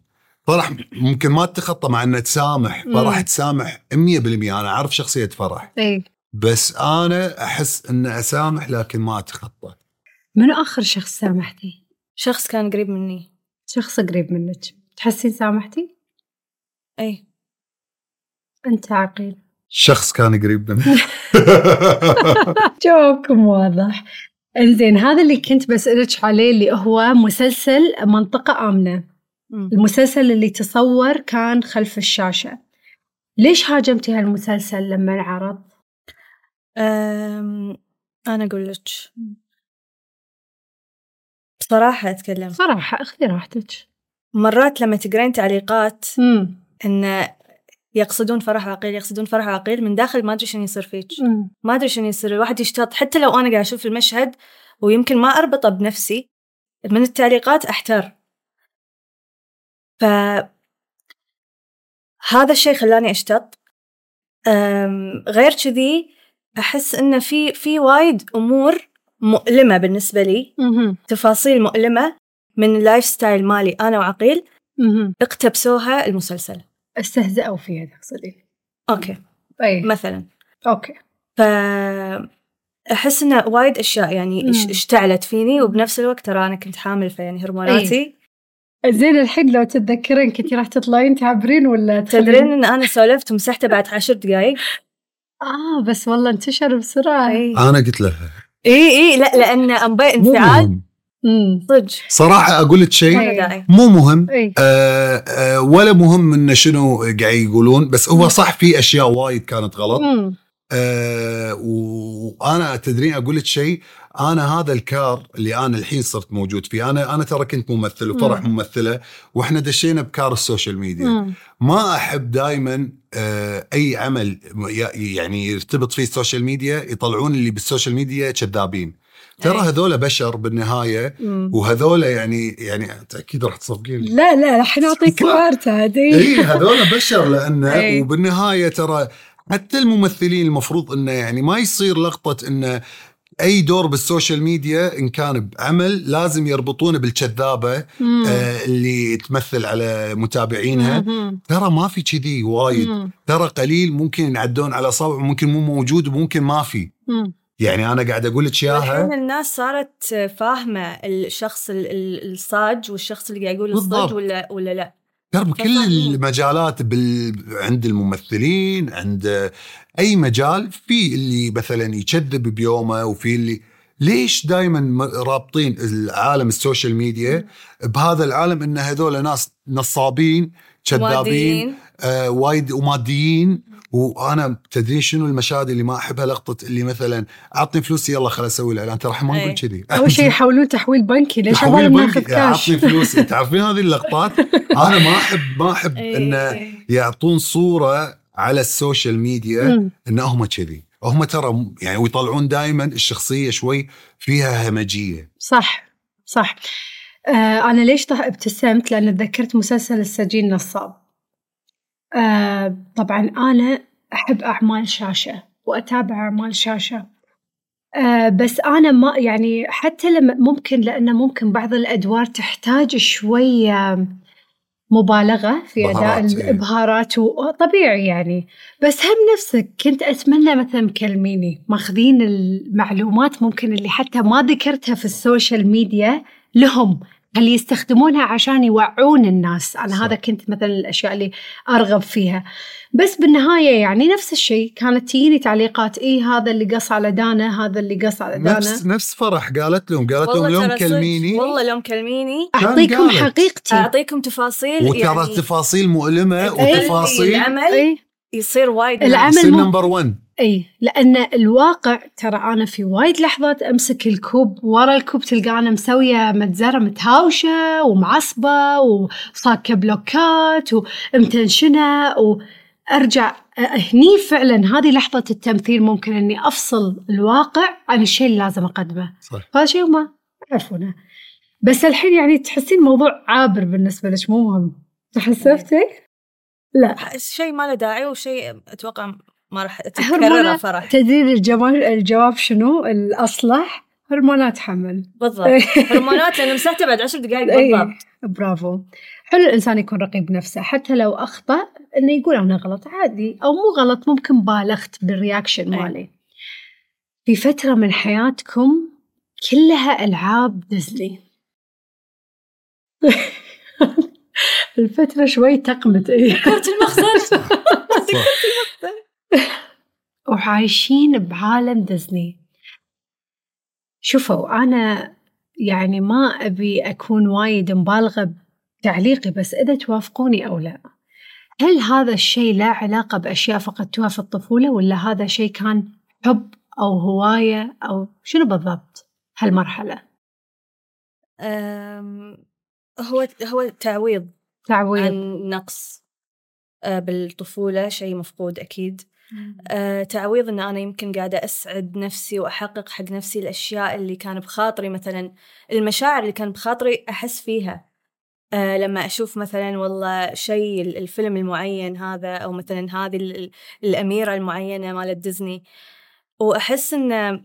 فرح ممكن ما تتخطى مع انه تسامح مم. فرح تسامح 100% انا اعرف شخصيه فرح اي بس انا احس ان اسامح لكن ما اتخطى منو اخر شخص سامحتي؟ شخص كان قريب مني شخص قريب منك تحسين سامحتي؟ اي انت عقيل شخص كان قريب منه جوابكم واضح انزين هذا اللي كنت بسألك عليه اللي هو مسلسل منطقة آمنة مم. المسلسل اللي تصور كان خلف الشاشة ليش هاجمتي هالمسلسل لما انعرض؟ أم، أنا أقول لك بصراحة أتكلم صراحة اخذي راحتك مرات لما تقرين تعليقات أمم، إن يقصدون فرح عقيل يقصدون فرح عقيل من داخل ما أدري شنو يصير فيك أمم، ما أدري شنو يصير الواحد يشتاط حتى لو أنا قاعد أشوف المشهد ويمكن ما أربطه بنفسي من التعليقات أحتار ف هذا الشيء خلاني أشتاط أم، غير كذي أحس إن في في وايد أمور مؤلمة بالنسبة لي أمم، تفاصيل مؤلمة من اللايف ستايل مالي أنا وعقيل أمم. اقتبسوها المسلسل استهزأوا فيها تقصدين أوكي اي مثلا اوكي ف أحس إنه وايد أشياء يعني إش- مم. اشتعلت فيني وبنفس الوقت ترى أنا كنت حامل فيعني هرموناتي زين الحين لو تتذكرين كنتي راح تطلعين تعبرين ولا تخلين- تدرين إن أنا سولفت ومسحته بعد عشر دقايق اه بس والله انتشر بسرعة إي انا قلت لها إي لا لأن أنباء آه. مو انفعال مهم أمم، صدق صراحه اقول لك شيء إي. ولا داعي مو مهم اي أه أه ولا مهم انه شنو قاعد يقولون بس هو صح في اشياء وايد كانت غلط أمم، آه، وانا تدرين اقول لك شيء انا هذا الكار اللي انا الحين صرت موجود فيه انا انا ترى كنت ممثل وفرح مم. ممثله واحنا دشينا بكار السوشيال ميديا أمم. ما احب دائما اي عمل ي- يعني يرتبط فيه السوشيال ميديا يطلعون اللي بالسوشيال ميديا كذابين ترى أي. هذول بشر بالنهايه أمم. وهذول يعني يعني انت اكيد راح تصدقين لا لا راح نعطيك صح. كارت عادي اي إيه، هذول بشر لانه إي. وبالنهايه ترى حتى الممثلين المفروض انه يعني ما يصير لقطه انه اي دور بالسوشيال ميديا ان كان بعمل لازم يربطونه بالكذابه آه اللي تمثل على متابعينها ترى ما في كذي وايد ترى قليل ممكن ينعدون على صوب ممكن مو موجود وممكن ما في يعني انا قاعد اقول لك الحين اياها الناس صارت فاهمه الشخص ال- ال- الصاج والشخص اللي قاعد يقول بالضبط. الصج ولا ولا لا ترى بكل المجالات بال... عند الممثلين عند اي مجال في اللي مثلا يكذب بيومه وفي اللي ليش دائما رابطين العالم السوشيال ميديا بهذا العالم ان هذول ناس نصابين كذابين واديين آه وايد وماديين وانا تدري شنو المشاهد اللي ما احبها لقطه اللي مثلا اعطني فلوسي يلا خل اسوي الاعلان ترى إحنا ما نقول إيه. كذي اول شيء يحولون تحويل بنكي ليش تحويل عبالي ناخذ بنكي، كاش اعطني فلوسي تعرفين هذه اللقطات انا ما احب ما احب إيه. إي، انه إي. يعطون صوره على السوشيال ميديا مم. ان هم كذي هم ترى م- يعني ويطلعون دائما الشخصيه شوي فيها همجيه صح صح آه انا ليش طه ابتسمت لان تذكرت مسلسل السجين نصاب آه طبعا انا احب اعمال شاشه واتابع اعمال شاشه آه بس أنا ما يعني حتى لما ممكن لأن ممكن بعض الأدوار تحتاج شوية مبالغة في أداء بهارات، إيه. البهارات وطبيعي يعني بس هم نفسك كنت أتمنى مثلا مكلميني ماخذين المعلومات ممكن اللي حتى ما ذكرتها في السوشيال ميديا لهم اللي يستخدمونها عشان يوعون الناس أنا صح. هذا كنت مثلا الأشياء اللي أرغب فيها بس بالنهاية يعني نفس الشيء كانت تجيني تعليقات إيه هذا اللي قص على دانا هذا اللي قص على دانا نفس نفس فرح قالت لهم قالت لهم اليوم ترى صدق، كلميني والله لو مكلميني كان أعطيكم قالت. حقيقتي اعطيكم تفاصيل وترى يعني تفاصيل مؤلمه إيه، وتفاصيل العمل إيه؟ يصير وايد العمل تصير مو- نمبر 1 اي لان الواقع ترى انا في وايد لحظات امسك الكوب ورا الكوب تلقى انا مسويه متزره متهاوشه ومعصبه وصاكه بلوكات ومتنشنه وارجع هني فعلا هذه لحظه التمثيل ممكن اني افصل الواقع عن الشيء اللي لازم اقدمه صح هذا شيء ما يعرفونه بس الحين يعني تحسين الموضوع عابر بالنسبه لك مو مهم تحسفتي؟ لا شيء ما له داعي وشيء اتوقع ما راح هرمونات- تكرره فرح تدرين الجواب الجواب شنو الاصلح هرمونات حمل بالضبط هرمونات لان مسحته بعد عشر دقائق بالضبط إيه، برافو حلو الانسان يكون رقيب نفسه حتى لو اخطا انه يقول انا غلط عادي او مو غلط ممكن بالغت بالرياكشن إيه. مالي في فتره من حياتكم كلها العاب ديزني الفتره شوي تقمت إيه. اي كرة المخزن صح وعايشين بعالم ديزني شوفوا أنا يعني ما أبي أكون وايد مبالغة بتعليقي بس إذا توافقوني أو لا هل هذا الشيء لا علاقة بأشياء فقدتوها في الطفولة ولا هذا شيء كان حب أو هواية أو شنو بالضبط هالمرحلة أم، هو هو تعويض تعويض عن نقص آه، بالطفولة شيء مفقود أكيد آه، تعويض أن أنا يمكن قاعدة أسعد نفسي وأحقق حق نفسي الأشياء اللي كان بخاطري مثلا المشاعر اللي كان بخاطري أحس فيها آه، لما أشوف مثلا والله شيء ال- الفيلم المعين هذا أو مثلا هذه ال- ال- الأميرة المعينة مالت ديزني وأحس أن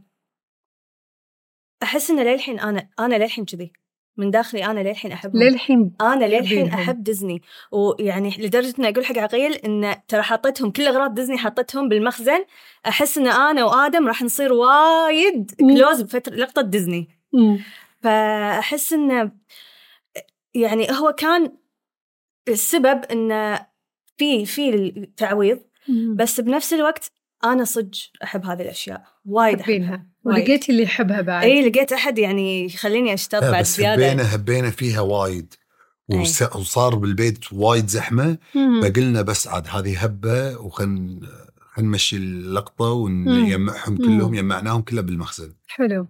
أحس أن للحين أنا أنا للحين كذي من داخلي أنا للحين أحبهم للحين انا آه، للحين تحبينهم. احب ديزني ويعني لدرجه اني اقول حق عقيل ان ترى حطيتهم كل اغراض ديزني حطيتهم بالمخزن احس ان انا وادم راح نصير وايد مم. كلوز بفتره لقطه ديزني فاحس انه يعني هو كان السبب انه في في التعويض بس بنفس الوقت انا صج احب هذه الاشياء وايد احبها تحبينها وايد. إيه. ولقيتي اللي يحبها بعد اي لقيت احد يعني يخليني اشتاق لا، بعد بس زياده هبينا هبينا فيها وايد أي. وس- وصار بالبيت وايد زحمه مم. فقلنا بس عاد هذه هبه وخن خن نمشي اللقطه مم. ونجمعهم مم. كلهم جمعناهم كلها بالمخزن حلو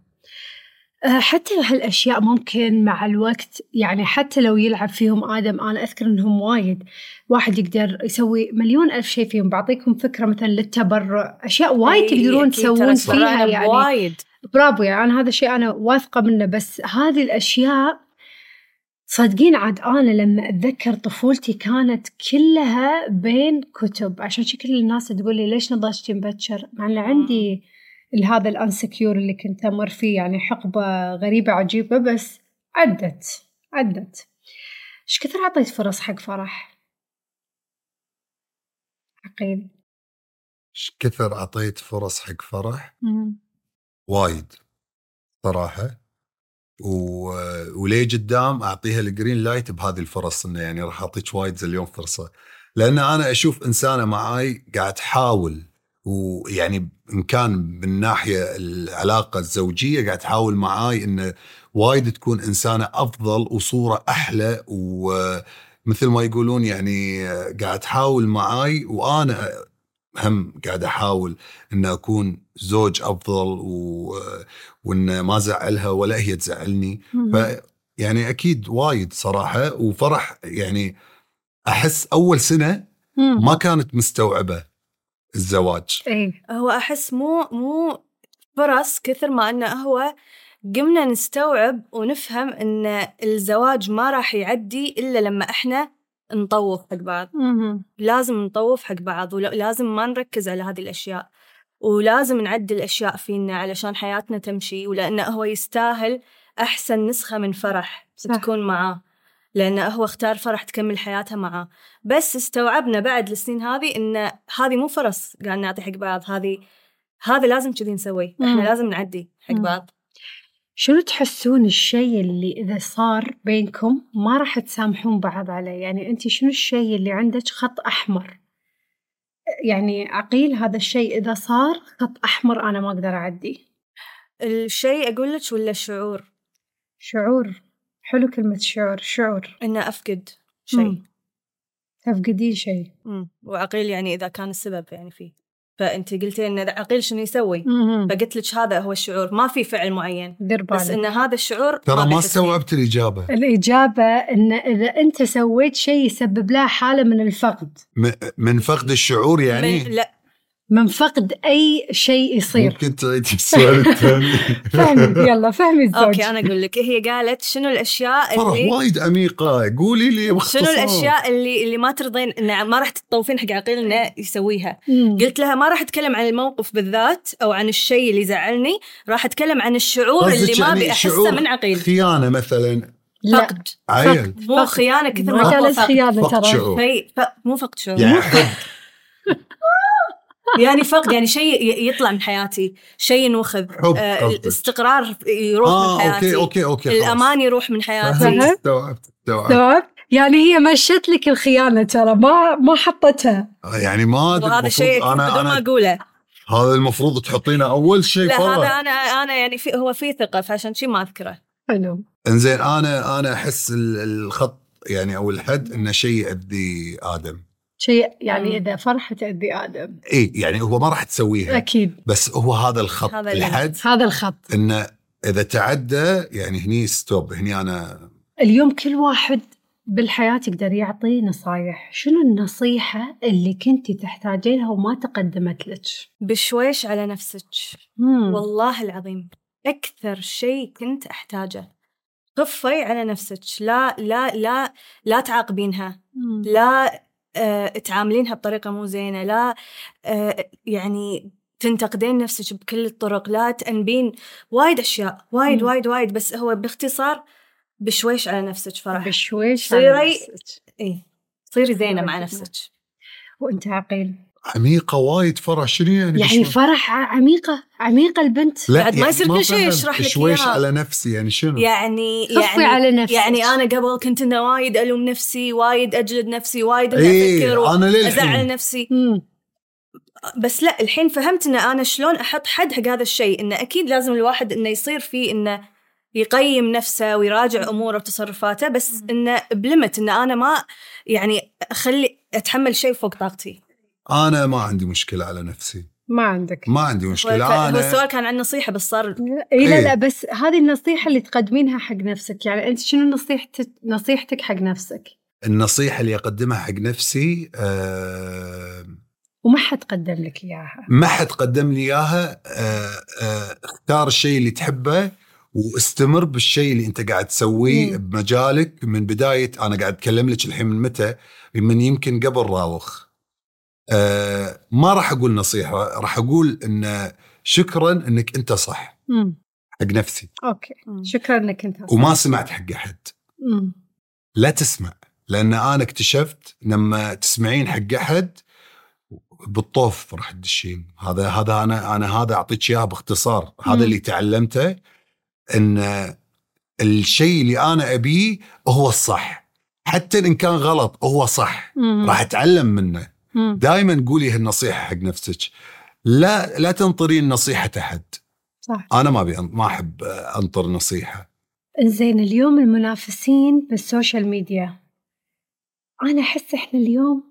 آه، حتى هالاشياء ممكن مع الوقت يعني حتى لو يلعب فيهم ادم انا اذكر انهم وايد واحد يقدر يسوي مليون الف شيء فيهم بعطيكم فكره مثلا للتبرع اشياء وايد أي، تقدرون إيه، أكيد، ترى تسوون تفرعنا فيها يعني وايد برافو يعني أنا هذا الشيء أنا واثقة منه بس هذه الأشياء صدقين عاد أنا لما أتذكر طفولتي كانت كلها بين كتب عشان شكل الناس تقول لي ليش نضجتي مبكر مع إن عندي ال- هذا الانسكيور اللي كنت أمر فيه يعني حقبة غريبة عجيبة بس عدت عدت إيش كثر عطيت فرص حق فرح عقيل إيش كثر اعطيت فرص حق فرح وايد صراحه و... وليه قدام اعطيها الجرين لايت بهذه الفرص انه يعني راح اعطيك وايد زي اليوم فرصه لان انا اشوف انسانه معاي قاعد تحاول ويعني ان كان من ناحيه العلاقه الزوجيه قاعد تحاول معاي انه وايد تكون انسانه افضل وصوره احلى ومثل ما يقولون يعني قاعد تحاول معاي وانا هم قاعد احاول ان اكون زوج افضل و... وان ما ازعلها ولا هي تزعلني ف يعني اكيد وايد صراحه وفرح يعني احس اول سنه ما كانت مستوعبه الزواج إيه هو احس مو مو فرص كثر ما انه هو قمنا نستوعب ونفهم ان الزواج ما راح يعدي الا لما احنا نطوف حق بعض لازم نطوف حق بعض ولازم ما نركز على هذه الاشياء ولازم نعدل أشياء فينا علشان حياتنا تمشي ولأنه هو يستاهل أحسن نسخة من فرح صح. صح. تكون معاه لأنه هو اختار فرح تكمل حياتها معاه بس استوعبنا بعد السنين هذه إن هذه مو فرص قاعد نعطي حق بعض هذه هذا لازم كذي نسويه مم. احنا لازم نعدي حق مم. بعض شنو تحسون الشيء اللي إذا صار بينكم ما راح تسامحون بعض عليه يعني أنت شنو الشيء اللي عندك خط أحمر يعني عقيل هذا الشيء إذا صار خط أحمر أنا ما أقدر أعدي الشيء أقول لك ولا الشعور شعور حلو كلمة شعور شعور إن أفقد مم. شيء تفقدين شيء مم. وعقيل يعني إذا كان السبب يعني فيه فأنت قلتي إن إذا عقيل شنو يسوي فقلت لك هذا هو الشعور ما في فعل معين دير بس بالك إن هذا الشعور ترى ما بيحس فيه. استوعبت الإجابة الإجابة إن إذا أنت سويت شيء يسبب لها حالة من الفقد م- من فقد الشعور من- يعني لا من فقد أي شيء يصير ممكن تعيدي السؤال الثاني فهمي يلا فهمي الزوج اوكي انا اقول لك هي قالت شنو الاشياء فرح اللي وايد عميقة قولي لي باختصار شنو الاشياء اللي اللي ما ترضين انه ما راح تطوفين حق عقيل انه يسويها مم. قلت لها ما راح اتكلم عن الموقف بالذات او عن الشيء اللي زعلني راح اتكلم عن الشعور اللي قصدك ما يعني ابي احسه شعور من عقيل خيانة مثلا لا فقد عيل مو خيانه كثر ما ما هو قالت فقد خيانة فقد ترى شعور شيء- ف- مو فقد شعور يعني فقد- يعني فقد يعني شيء ي- يطلع من حياتي شيء ينوخذ حب آه، قصدك. الاستقرار يروح من اه اوكي حياتي اوكي اوكي خلاص. الامان يروح من حياتي فهمت. استوعبت استوعبت تمام يعني هي مشت لك الخيانة ترى ما ما حطتها يعني ما وهذا المفروض الشيء انا أنا ما انا اقوله هذا المفروض تحطينه اول شيء لا هذا فرح انا انا يعني في هو في ثقه فعشان شي ما اذكره حلو انزين انا انا احس ال- الخط يعني او الحد انه شيء يأذي ادم شيء يعني مم. اذا فرحة تأذي ادم اي يعني هو ما راح تسويها اكيد بس هو هذا الخط هذا اللي- الحد هذا الخط انه اذا تعدى يعني هني ستوب هني انا اليوم كل واحد بالحياة يقدر يعطي نصايح شنو النصيحة اللي كنتي تحتاجينها وما تقدمت لك بشويش على نفسك مم. والله العظيم اكثر شيء كنت احتاجه خفي على نفسك لا لا لا لا تعاقبينها مم. لا آه، تعاملينها بطريقه مو زينه لا آه، يعني تنتقدين نفسك بكل الطرق لا تأنبين وايد اشياء وايد مم. وايد وايد بس هو باختصار بشويش على نفسك فرح بشويش على صيري- نفسك. اي صيري زينه مع بشويش. نفسك وانت عقيل عميقه وايد فرح شنو يعني يعني بشوي؟ فرح ع- عميقة عميقة البنت لا يعني بعد ما يصير كل شيء فهمت. يشرح لك شويش إياه. على نفسي يعني شنو؟ يعني خفي يعني على نفسك يعني انا قبل كنت انه وايد الوم نفسي وايد اجلد نفسي وايد إني اي افكر انا ازعل إيه، للحين نفسي مم. بس لا الحين فهمت ان انا شلون احط حد حق هذا الشيء انه اكيد لازم الواحد انه يصير فيه انه يقيم نفسه ويراجع اموره وتصرفاته بس انه بلمت ان انا ما يعني اخلي اتحمل شيء فوق طاقتي انا ما عندي مشكله على نفسي ما عندك ما عندي هو مشكله هو انا السؤال كان عن نصيحه بس صار اي لا إيه. لا بس هذه النصيحة اللي تقدمينها حق نفسك يعني انت شنو نصيحتك نصيحتك حق نفسك النصيحه اللي اقدمها حق نفسي آه وما حد قدم لك اياها ما حد قدم لي اياها آه، آه، اختار الشيء اللي تحبه واستمر بالشيء اللي انت قاعد تسويه مم. بمجالك من بدايه انا قاعد اتكلم لك الحين من متى من يمكن قبل راوخ آه، ما راح اقول نصيحه راح اقول ان شكرا انك انت صح مم. حق نفسي اوكي شكرا انك انت وما سمعت حق احد مم. لا تسمع لان انا اكتشفت لما تسمعين حق احد بالطوف راح تدشين هذا هذا انا انا هذا اعطيك اياه باختصار مم. هذا اللي تعلمته ان الشيء اللي انا ابيه هو الصح حتى ان كان غلط هو صح مم. راح اتعلم منه مم. دائما قولي هالنصيحه حق نفسك لا لا تنطرين نصيحه احد صح انا ما ابي ما احب انطر نصيحه انزين اليوم المنافسين بالسوشيال ميديا انا احس احنا اليوم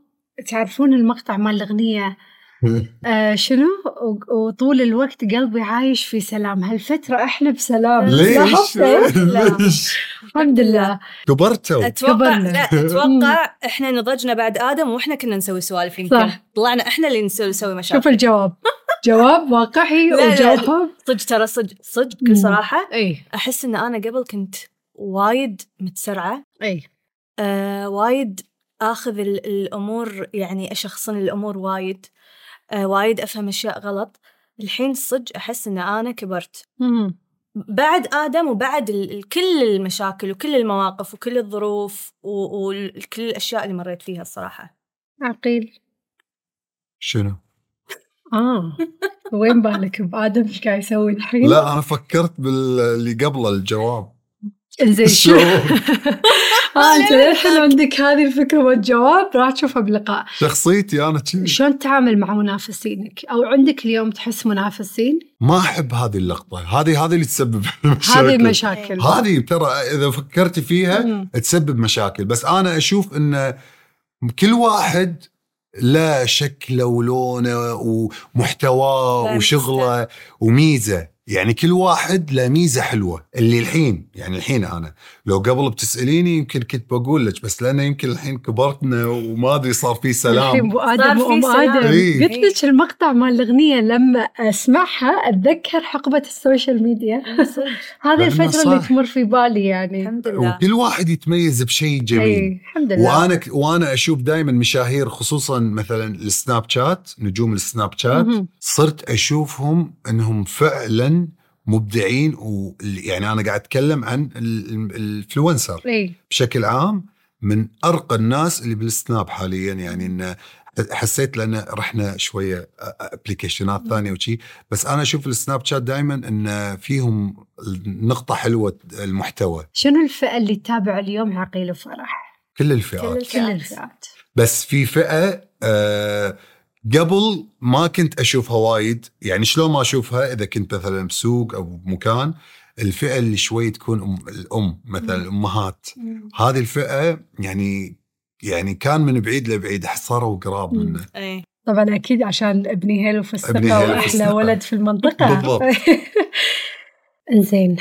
تعرفون المقطع مال الاغنيه آه شنو و- وطول الوقت قلبي عايش في سلام هالفتره احنا بسلام ليش لاحظتوا؟ ليش الحمد لله كبرتوا اتوقع كبرنا. لا اتوقع احنا نضجنا بعد ادم واحنا كنا نسوي سوالف يمكن صح. طلعنا احنا اللي نسوي نسوي مشاكل شوف الجواب جواب واقعي لا، لا. وجواب صدق ترى صدق صدق مم. بكل صراحه اي احس ان انا قبل كنت وايد متسرعه اي آه وايد اخذ ال- الامور يعني اشخصن الامور وايد آه وايد افهم اشياء غلط الحين صدق أحس إن أنا كبرت مم. بعد آدم وبعد ال- ال- كل المشاكل وكل المواقف وكل الظروف و- وكل الأشياء اللي مريت فيها الصراحة عقيل شنو؟ اه وين بالك بادم ايش قاعد يسوي الحين؟ لا انا فكرت باللي قبله الجواب انزين شو الشعور. اه انت للحين عندك هذه الفكره والجواب راح تشوفها بلقاء شخصيتي انا كذي شلون تتعامل مع منافسينك او عندك اليوم تحس منافسين ما احب هذه اللقطه هذه هذه اللي تسبب هذه المشاكل المشاكل هذه ترى اذا فكرتي فيها مم. تسبب مشاكل بس انا اشوف ان كل واحد له شكله ولونه ومحتواه فاهمة. وشغله وميزه يعني كل واحد له ميزه حلوه اللي الحين يعني الحين انا لو قبل بتساليني يمكن كنت بقول لك بس لانه يمكن الحين كبرتنا وما ادري صار في الحين سلام ابو صار ادم في وام سلام. ادم إيه. قلت لك المقطع مال الاغنيه لما اسمعها اتذكر حقبه السوشيال ميديا صدق هذه لأنه الفتره اللي صح. تمر في بالي يعني الحمد لله وكل واحد يتميز بشيء جميل اي الحمد لله وانا وانا اشوف دائما مشاهير خصوصا مثلا السناب شات نجوم السناب شات مهم. صرت اشوفهم انهم فعلا مبدعين و يعني انا قاعد اتكلم عن ال- ال- الانفلونسر اي بشكل عام من ارقى الناس اللي بالسناب حاليا يعني انه حسيت لان رحنا شويه ابلكيشنات ثانيه وشي بس انا اشوف السناب شات دائما ان فيهم نقطه حلوه المحتوى شنو الفئه اللي تتابع اليوم عقيل وفرح؟ كل الفئات كل كل الفئات الفئات بس في فئه آه قبل ما كنت اشوفها وايد يعني شلون ما اشوفها اذا كنت مثلا بسوق او بمكان الفئه اللي شوي تكون أم الام مثلا مم. الامهات مم. هذه الفئه يعني يعني كان من بعيد لبعيد صاروا قراب مم. منه ايه طبعا اكيد عشان ابني هيلو في ابني هيلو الثقه في واحلى الثقة. ولد في المنطقه بالضبط. انزين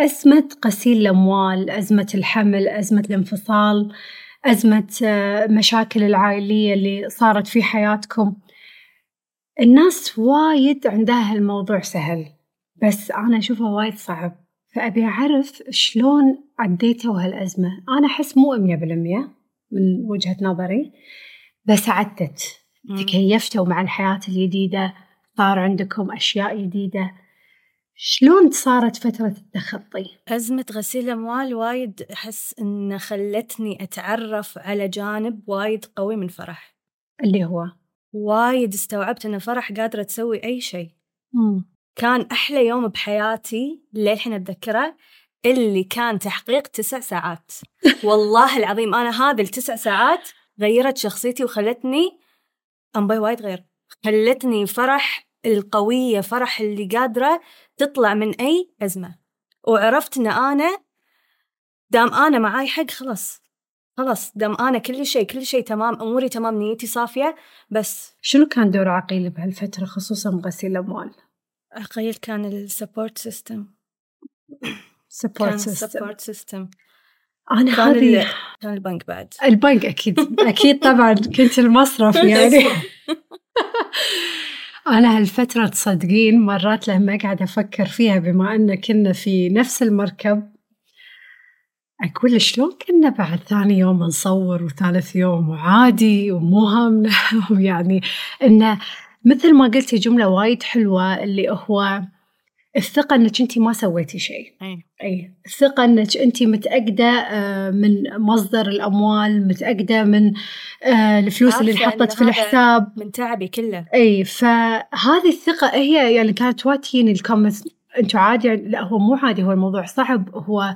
ازمه غسيل الاموال ازمه الحمل ازمه الانفصال ازمه آه، مشاكل العائليه اللي صارت في حياتكم الناس وايد عندها الموضوع سهل بس انا اشوفه وايد صعب فابي اعرف شلون عديتوا هالازمه انا احس مو 100% من وجهه نظري بس عدت مم. تكيفتوا مع الحياة الجديدة صار عندكم أشياء جديدة شلون صارت فترة التخطي؟ أزمة غسيل الأموال وايد أحس إن خلتني أتعرف على جانب وايد قوي من فرح اللي هو وايد استوعبت إن فرح قادرة تسوي أي شيء كان أحلى يوم بحياتي للحين أتذكره اللي كان تحقيق تسع ساعات والله العظيم أنا هذه التسع ساعات غيرت شخصيتي وخلتني أمباي وايد غير خلتني فرح القوية فرح اللي قادرة تطلع من أي أزمة وعرفت إن أنا دام أنا معاي حق خلاص خلاص دام أنا كل شيء كل شيء تمام أموري تمام نيتي صافية بس شنو كان دور عقيل بهالفترة خصوصا بغسيل الأموال؟ أخيل كان السبورت سيستم كان سبورت سيستم السبورت سيستم أنا كان ال- هذه كان البنك بعد البنك أكيد أكيد طبعا كنت المصرف يعني أنا هالفترة تصدقين مرات لما أقعد أفكر فيها بما أن كنا في نفس المركب أقول شلون كنا بعد ثاني يوم نصور وثالث يوم وعادي ومو هامنا يعني إنه مثل ما قلتي جملة وايد حلوة اللي هو الثقة إنك أنت ما سويتي شيء إيه. أي. اي الثقه انك انت متاكده آه، من مصدر الاموال متاكده من آه، الفلوس اللي عارفة انحطت إن في هذا- الحساب من تعبي كله اي فهذه الثقه هي يعني كانت وايد تجيني الكومنتس انتوا عادي يعني، لا هو مو عادي هو الموضوع صعب هو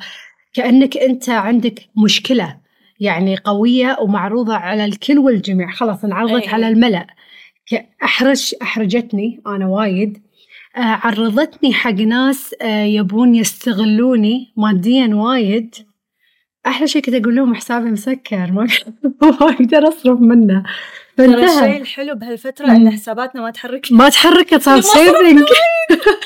كانك انت عندك مشكله يعني قويه ومعروضه على الكل والجميع خلاص انعرضت أي. على الملا ك- احرج احرجتني انا وايد آه، عرضتني حق ناس آه، يبون يستغلوني ماديا وايد احلى شيء كنت اقول لهم حسابي مسكر ما ما اقدر اصرف منه ترى فانتهى. الشيء الحلو بهالفترة إن حساباتنا ما تحرك ما تحركت صار سيفنج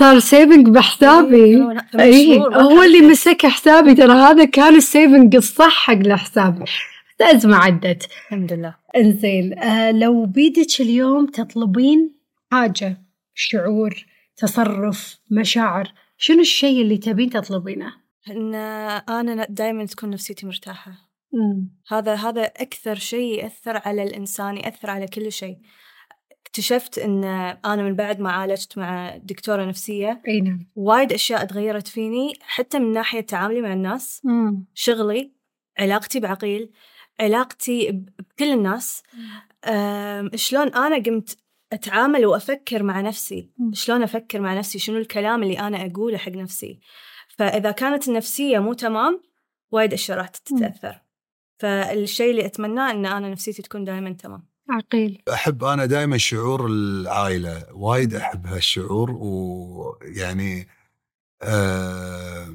صار سيفنج أيوة، بحسابي اي هو اللي مسك حسابي ترى هذا كان السيفنج الصح حق الحساب بس ازمه عدت الحمد لله انزين آه لو بيدك اليوم تطلبين حاجه شعور تصرف مشاعر شنو الشيء اللي تبين تطلبينه؟ إن أنا دائما تكون نفسيتي مرتاحة هذا هذا أكثر شيء يأثر على الإنسان يأثر على كل شيء اكتشفت ان انا من بعد ما عالجت مع دكتوره نفسيه اي نعم وايد اشياء تغيرت فيني حتى من ناحيه تعاملي مع الناس مم. شغلي علاقتي بعقيل علاقتي ب- بكل الناس أم، شلون انا قمت اتعامل وافكر مع نفسي مم. شلون افكر مع نفسي شنو الكلام اللي انا اقوله حق نفسي فاذا كانت النفسيه مو تمام وايد اشياء راح تتاثر فالشيء اللي اتمناه ان انا نفسيتي تكون دائما تمام عقيل احب انا دائما شعور العائله وايد احب هالشعور يعني، ويعني آه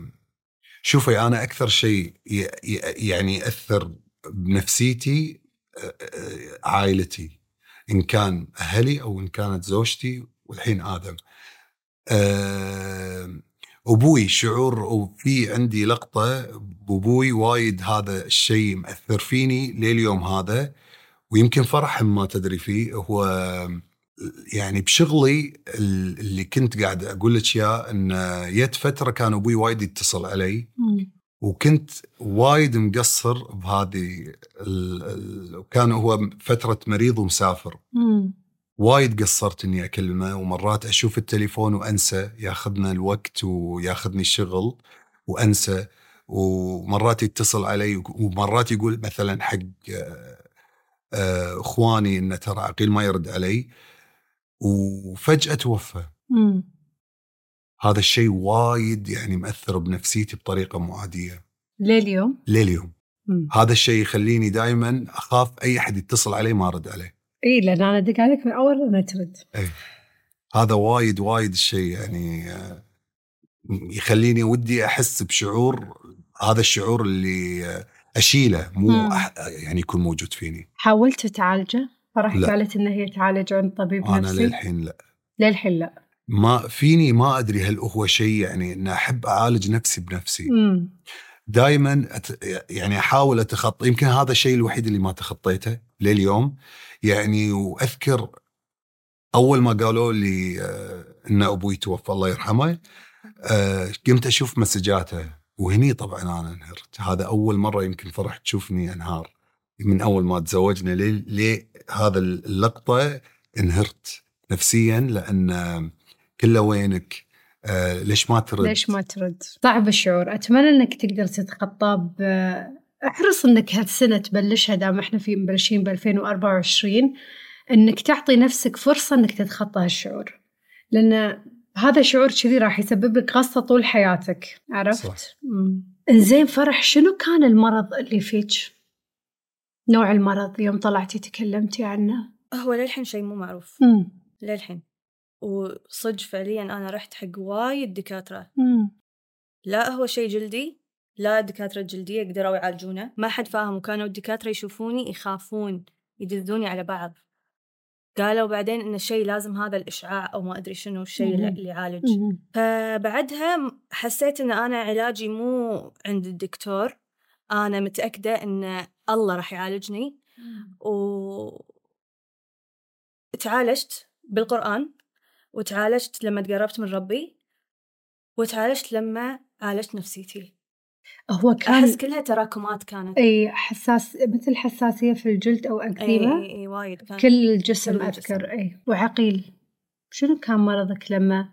شوفي انا اكثر شيء ي- ي- يعني ياثر بنفسيتي آه، آه، عائلتي ان كان اهلي او ان كانت زوجتي والحين ادم آه ابوي شعور وفي عندي لقطه بابوي وايد هذا الشيء مأثر فيني لليوم هذا ويمكن فرحهم ما تدري فيه هو يعني بشغلي اللي كنت قاعد اقول لك اياه ان يد فتره كان ابوي وايد يتصل علي مم. وكنت وايد مقصر بهذه ال- ال- وكان هو فتره مريض ومسافر مم. وايد قصرت اني اكلمه ومرات اشوف التليفون وانسى ياخذنا الوقت وياخذني الشغل وانسى ومرات يتصل علي ومرات يقول مثلا حق آه، آه، اخواني انه ترى عقيل ما يرد علي وفجاه توفى مم. هذا الشيء وايد يعني مأثر بنفسيتي بطريقه مو عاديه لليوم لليوم هذا الشيء يخليني دائما اخاف اي احد يتصل علي ما ارد عليه اي لان انا ادق عليك من اول ما ترد هذا وايد وايد الشيء يعني آه، يخليني ودي احس بشعور هذا الشعور اللي آه، اشيله مو مم. أح- يعني يكون موجود فيني حاولت تعالجه فرح لا. قالت ان هي تعالج عند طبيب انا نفسي للحين لا للحين لا ما فيني ما ادري هل هو شيء يعني ان احب اعالج نفسي بنفسي مم. دائما أت... يعني احاول اتخطى يمكن هذا الشيء الوحيد اللي ما تخطيته لليوم يعني واذكر اول ما قالوا لي آه، ان ابوي توفى الله يرحمه آه، قمت اشوف مسجاته وهني طبعا انا انهرت هذا اول مره يمكن فرح تشوفني انهار من اول ما تزوجنا لي- لهذا اللقطه انهرت نفسيا لان آه، كله وينك آه، ليش ما ترد ليش ما ترد؟ صعب الشعور، اتمنى انك تقدر تتخطاه ب احرص انك هالسنه تبلشها دام احنا في مبلشين ب 2024 انك تعطي نفسك فرصه انك تتخطى هالشعور. لان هذا شعور كذي راح يسبب لك غصه طول حياتك، عرفت؟ صح. مم. انزين فرح شنو كان المرض اللي فيك؟ نوع المرض يوم طلعتي تكلمتي عنه؟ هو للحين شيء مو معروف مم. للحين وصدق فعليا انا رحت حق وايد دكاتره مم. لا هو شيء جلدي لا دكاترة جلدية قدروا يعالجونه ما حد فاهم وكانوا الدكاترة يشوفوني يخافون يدلدوني على بعض قالوا بعدين إن الشيء لازم هذا الإشعاع أو ما أدري شنو الشيء مهم. اللي يعالج مم. فبعدها م- حسيت ان انا علاجي مو عند الدكتور انا متاكده ان الله راح يعالجني و تعالجت بالقران وتعالجت لما تقربت من ربي وتعالجت لما عالجت نفسيتي هو كان إيه، احس كلها تراكمات كانت اي حساس مثل حساسيه في الجلد او اي اكزيما اي, أي إيه، وايد كانت كل الجسم كل الجسم. اذكر اي وعقيل شنو كان مرضك لما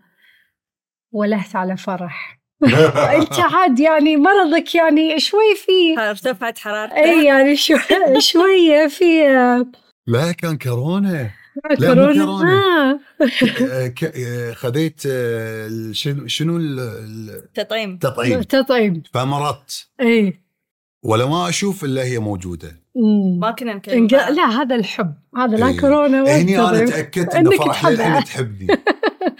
ولهت على فرح انت عاد يعني مرضك يعني شوي في ارتفعت حرارتي اي يعني شو شويه في آه، لا كان كورونا مو كورونا كورونا. آه. آه، ك- آه، خذيت آه، ال- شنو شنو ال- ال- تطعيم التطعيم تطعيم فمرضت اي ولا ما اشوف الا هي موجوده أمم. ما كنا نكلم إنج- بعض. لا هذا الحب هذا لا إي. كورونا ولا هني انا تطعيم. تاكدت ان إنك فرح تحبها. للحين تحبني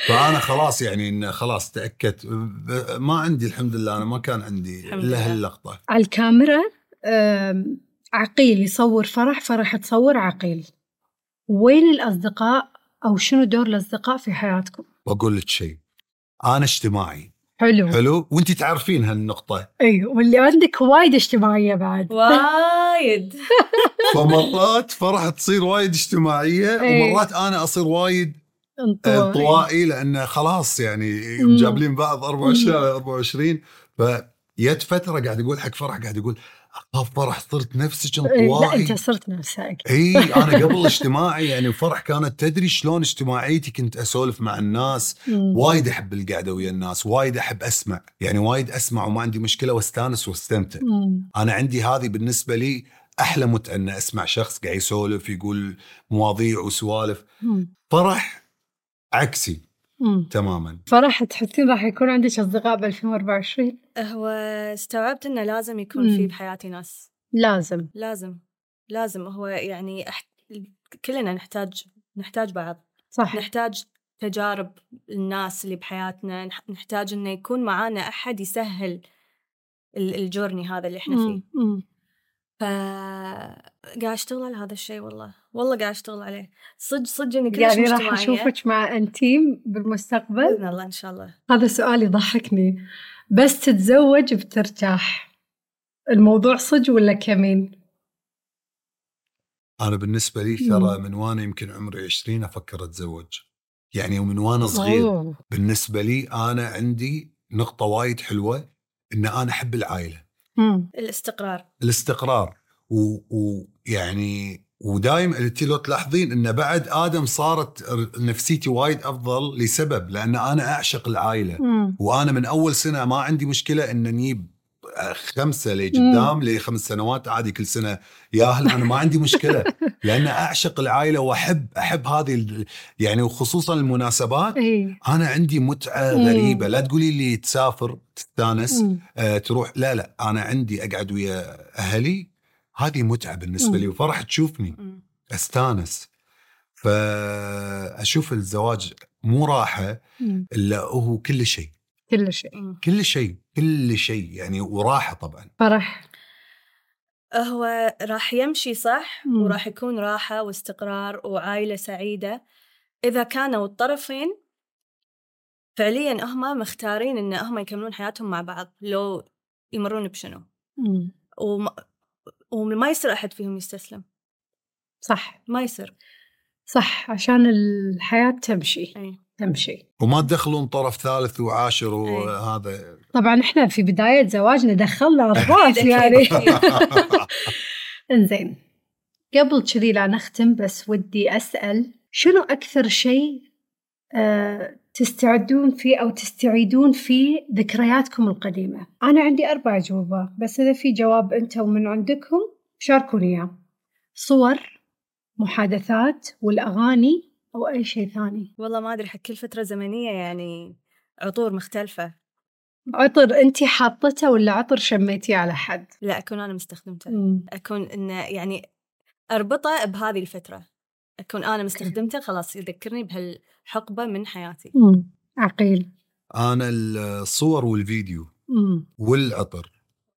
فانا خلاص يعني إن خلاص تاكدت ب- ما عندي الحمد لله انا ما كان عندي الحمد الا لله. هاللقطه على الكاميرا آم، عقيل يصور فرح فرح تصور عقيل وين الأصدقاء أو شنو دور الأصدقاء في حياتكم واقول لك شيء انا اجتماعي حلو, حلو وانت تعرفين هالنقطه اي واللي عندك وايد اجتماعية بعد وايد فمرات فرح تصير وايد اجتماعيه إي. إيه. ومرات انا اصير وايد آه، انطوائي. انطوائي لان خلاص يعني مم. جابلين بعض 24 على 24 فيت فتره قاعد يقول حق فرح قاعد يقول اخاف فرح صرت نفسك إيه، لا انت انطوائي صرت نفسك اي انا قبل اجتماعي يعني فرح كانت تدري شلون اجتماعيتي كنت اسولف مع الناس وايد احب القعده ويا الناس وايد احب اسمع يعني وايد اسمع وما عندي مشكله واستانس واستمتع مم. انا عندي هذه بالنسبه لي احلى متعه ان اسمع شخص قاعد يسولف يقول مواضيع وسوالف مم. فرح عكسي مم. تماما فرح تحسين راح يكون عندك اصدقاء ب 2024 هو استوعبت انه لازم يكون في مم. بحياتي ناس لازم لازم لازم هو يعني أح... كلنا نحتاج نحتاج بعض صح نحتاج تجارب الناس اللي بحياتنا نح- نحتاج انه يكون معانا احد يسهل ال- الجورني هذا اللي احنا فيه مم. مم. فقاعد اشتغل على هذا الشيء والله والله قاعد اشتغل عليه صدق صدق اني كلش يعني راح مجتمعية اشوفك مع انتيم بالمستقبل باذن الله ان شاء الله هذا سؤال يضحكني بس تتزوج بترتاح الموضوع صج ولا كمين؟ انا بالنسبه لي ترى من وانا يمكن عمري 20 افكر اتزوج يعني ومن وانا صغير أوه. بالنسبه لي انا عندي نقطه وايد حلوه ان انا احب العائله مم. الاستقرار الاستقرار ويعني ودايم قلت لو تلاحظين ان بعد ادم صارت ر- نفسيتي وايد افضل لسبب لان انا اعشق العائله مم. وانا من اول سنه ما عندي مشكله ان نجيب آه، خمسه لقدام لخمس سنوات عادي كل سنه يا اهل انا ما عندي مشكله لان اعشق العائله واحب احب هذه ال- يعني وخصوصا المناسبات اي انا عندي متعه مم. غريبه لا تقولي لي تسافر تستانس مم. آه، تروح لا لا انا عندي اقعد ويا اهلي هذه متعه بالنسبه مم. لي وفرح تشوفني مم. استانس فاشوف الزواج مو راحه مم. الا هو كل شيء كل شيء مم. كل شيء كل شيء يعني وراحه طبعا فرح هو راح يمشي صح مم. وراح يكون راحة واستقرار وعائلة سعيدة إذا كانوا الطرفين فعليا هما مختارين إن هما يكملون حياتهم مع بعض لو يمرون بشنو مم. وما, وما يصير أحد فيهم يستسلم صح ما يصير صح عشان الحياة تمشي أي. تمشي وما تدخلون طرف ثالث وعاشر إيه. أي. وهذا طبعا احنا في بداية زواجنا دخلنا أضواء أكيد، يعني أكيد. انزين قبل كذي لا نختم بس ودي أسأل شنو أكثر شيء آه، تستعدون فيه أو تستعيدون فيه ذكرياتكم القديمة أنا عندي أربع أجوبة بس إذا في جواب أنت ومن عندكم شاركوني إياه صور محادثات والأغاني أو أي شيء ثاني والله ما أدري حق كل فترة زمنية يعني عطور مختلفة عطر أنت حاطته ولا عطر شميتيه على حد لا أكون أنا مستخدمته مم. اكون انه يعني اربطه بهذه الفتره اكون انا مستخدمته خلاص يذكرني بهالحقبه من حياتي مم. عقيل انا الصور والفيديو مم. والعطر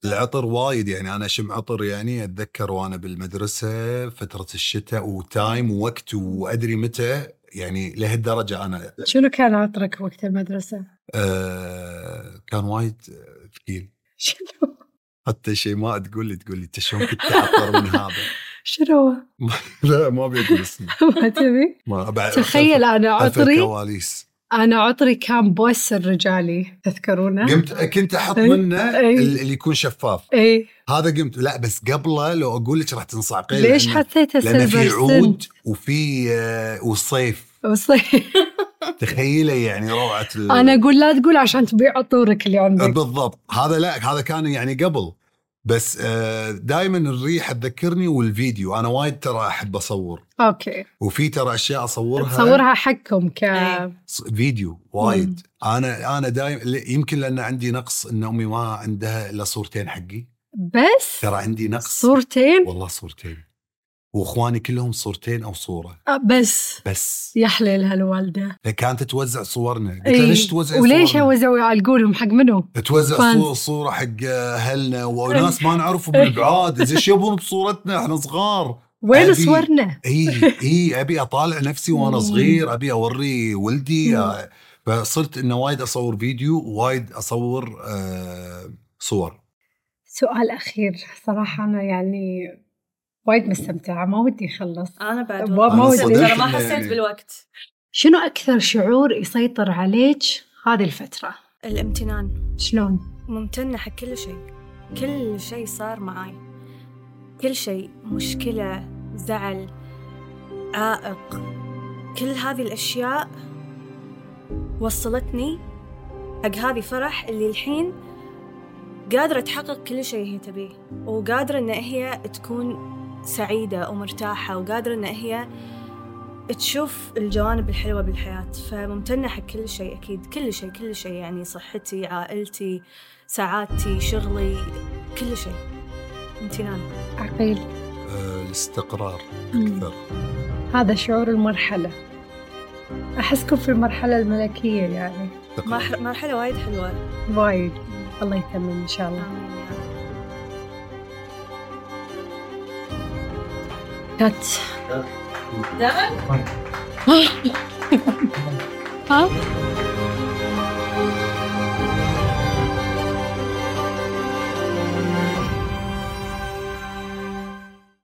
العطر وايد يعني انا اشم عطر يعني اتذكر وانا بالمدرسه فتره الشتاء وتايم ووقت وادري متى يعني لهالدرجه انا شنو كان عطرك وقت المدرسة؟ آه كان وايد آه، ثقيل شنو؟ حتى شيء ما تقول لي تقول لي انت شلون كنت تعطر من هذا شنو؟ لا ما ابي اقول اسمه ما تبي؟ ما أبع- تخيل انا خلف عطري الكواليس انا عطري كان بوس الرجالي تذكرونه؟ قمت كنت احط أي. منه أي. ال- اللي يكون شفاف اي هذا قمت لا بس قبله لو اقول لك راح تنصعقين ليش لأن- حطيته لان في سيلفر عود وفي آه، وصيف وصي- تخيله يعني روعه ال- انا اقول لا تقول عشان تبيع عطورك اللي عندك بالضبط هذا لا هذا كان يعني قبل بس دائما الريحه تذكرني والفيديو انا وايد ترى احب اصور اوكي وفي ترى اشياء اصورها تصورها حقكم ك إي. ص- فيديو وايد انا انا دائما يمكن لان عندي نقص ان امي ما عندها الا صورتين حقي بس ترى عندي نقص صورتين والله صورتين واخواني كلهم صورتين او صوره آه، بس بس يا حليلها الوالده فكانت توزع صورنا قلت لها إي. ليش توزع إيه. وليش صورنا؟ اوزعوا يعلقونهم حق منو؟ توزع فانز. إيه. صو- صورة حق أهلنا وناس ما نعرفهم من بعاد إيش يبون بصورتنا إحنا صغار وين أبي- صورنا؟ إي إي أبي أطالع نفسي وأنا مم. صغير أبي أوري مم. ولدي آه، فصرت إنه وايد أصور فيديو وايد أصور آه صور سؤال اخير صراحه انا يعني وايد مستمتعه ما ودي اخلص انا بعد آه، ما- والله ما حسيت- ودي. ترى ما يعني. حسيت بالوقت شنو أكثر شعور يسيطر عليك هذه الفترة؟ الامتنان شلون؟ ممتنه حق كل شيء كل شيء صار معاي كل شيء مشكلة زعل عائق كل هذه الأشياء وصلتني حق هذه فرح اللي الحين قادرة تحقق كل شيء هي تبيه وقادرة إن هي تكون سعيدة ومرتاحة وقادرة إن هي تشوف الجوانب الحلوة بالحياة فممتنة حق كل شيء أكيد كل شيء كل شيء يعني صحتي عائلتي سعادتي شغلي كل شيء امتنان عقيل آه، الاستقرار مم. اكثر هذا شعور المرحلة أحسكم في المرحلة الملكية يعني استقرار. مرحلة, مرحلة وايد حلوة وايد الله يتمم إن شاء الله آمين يا رب. كات دعم ها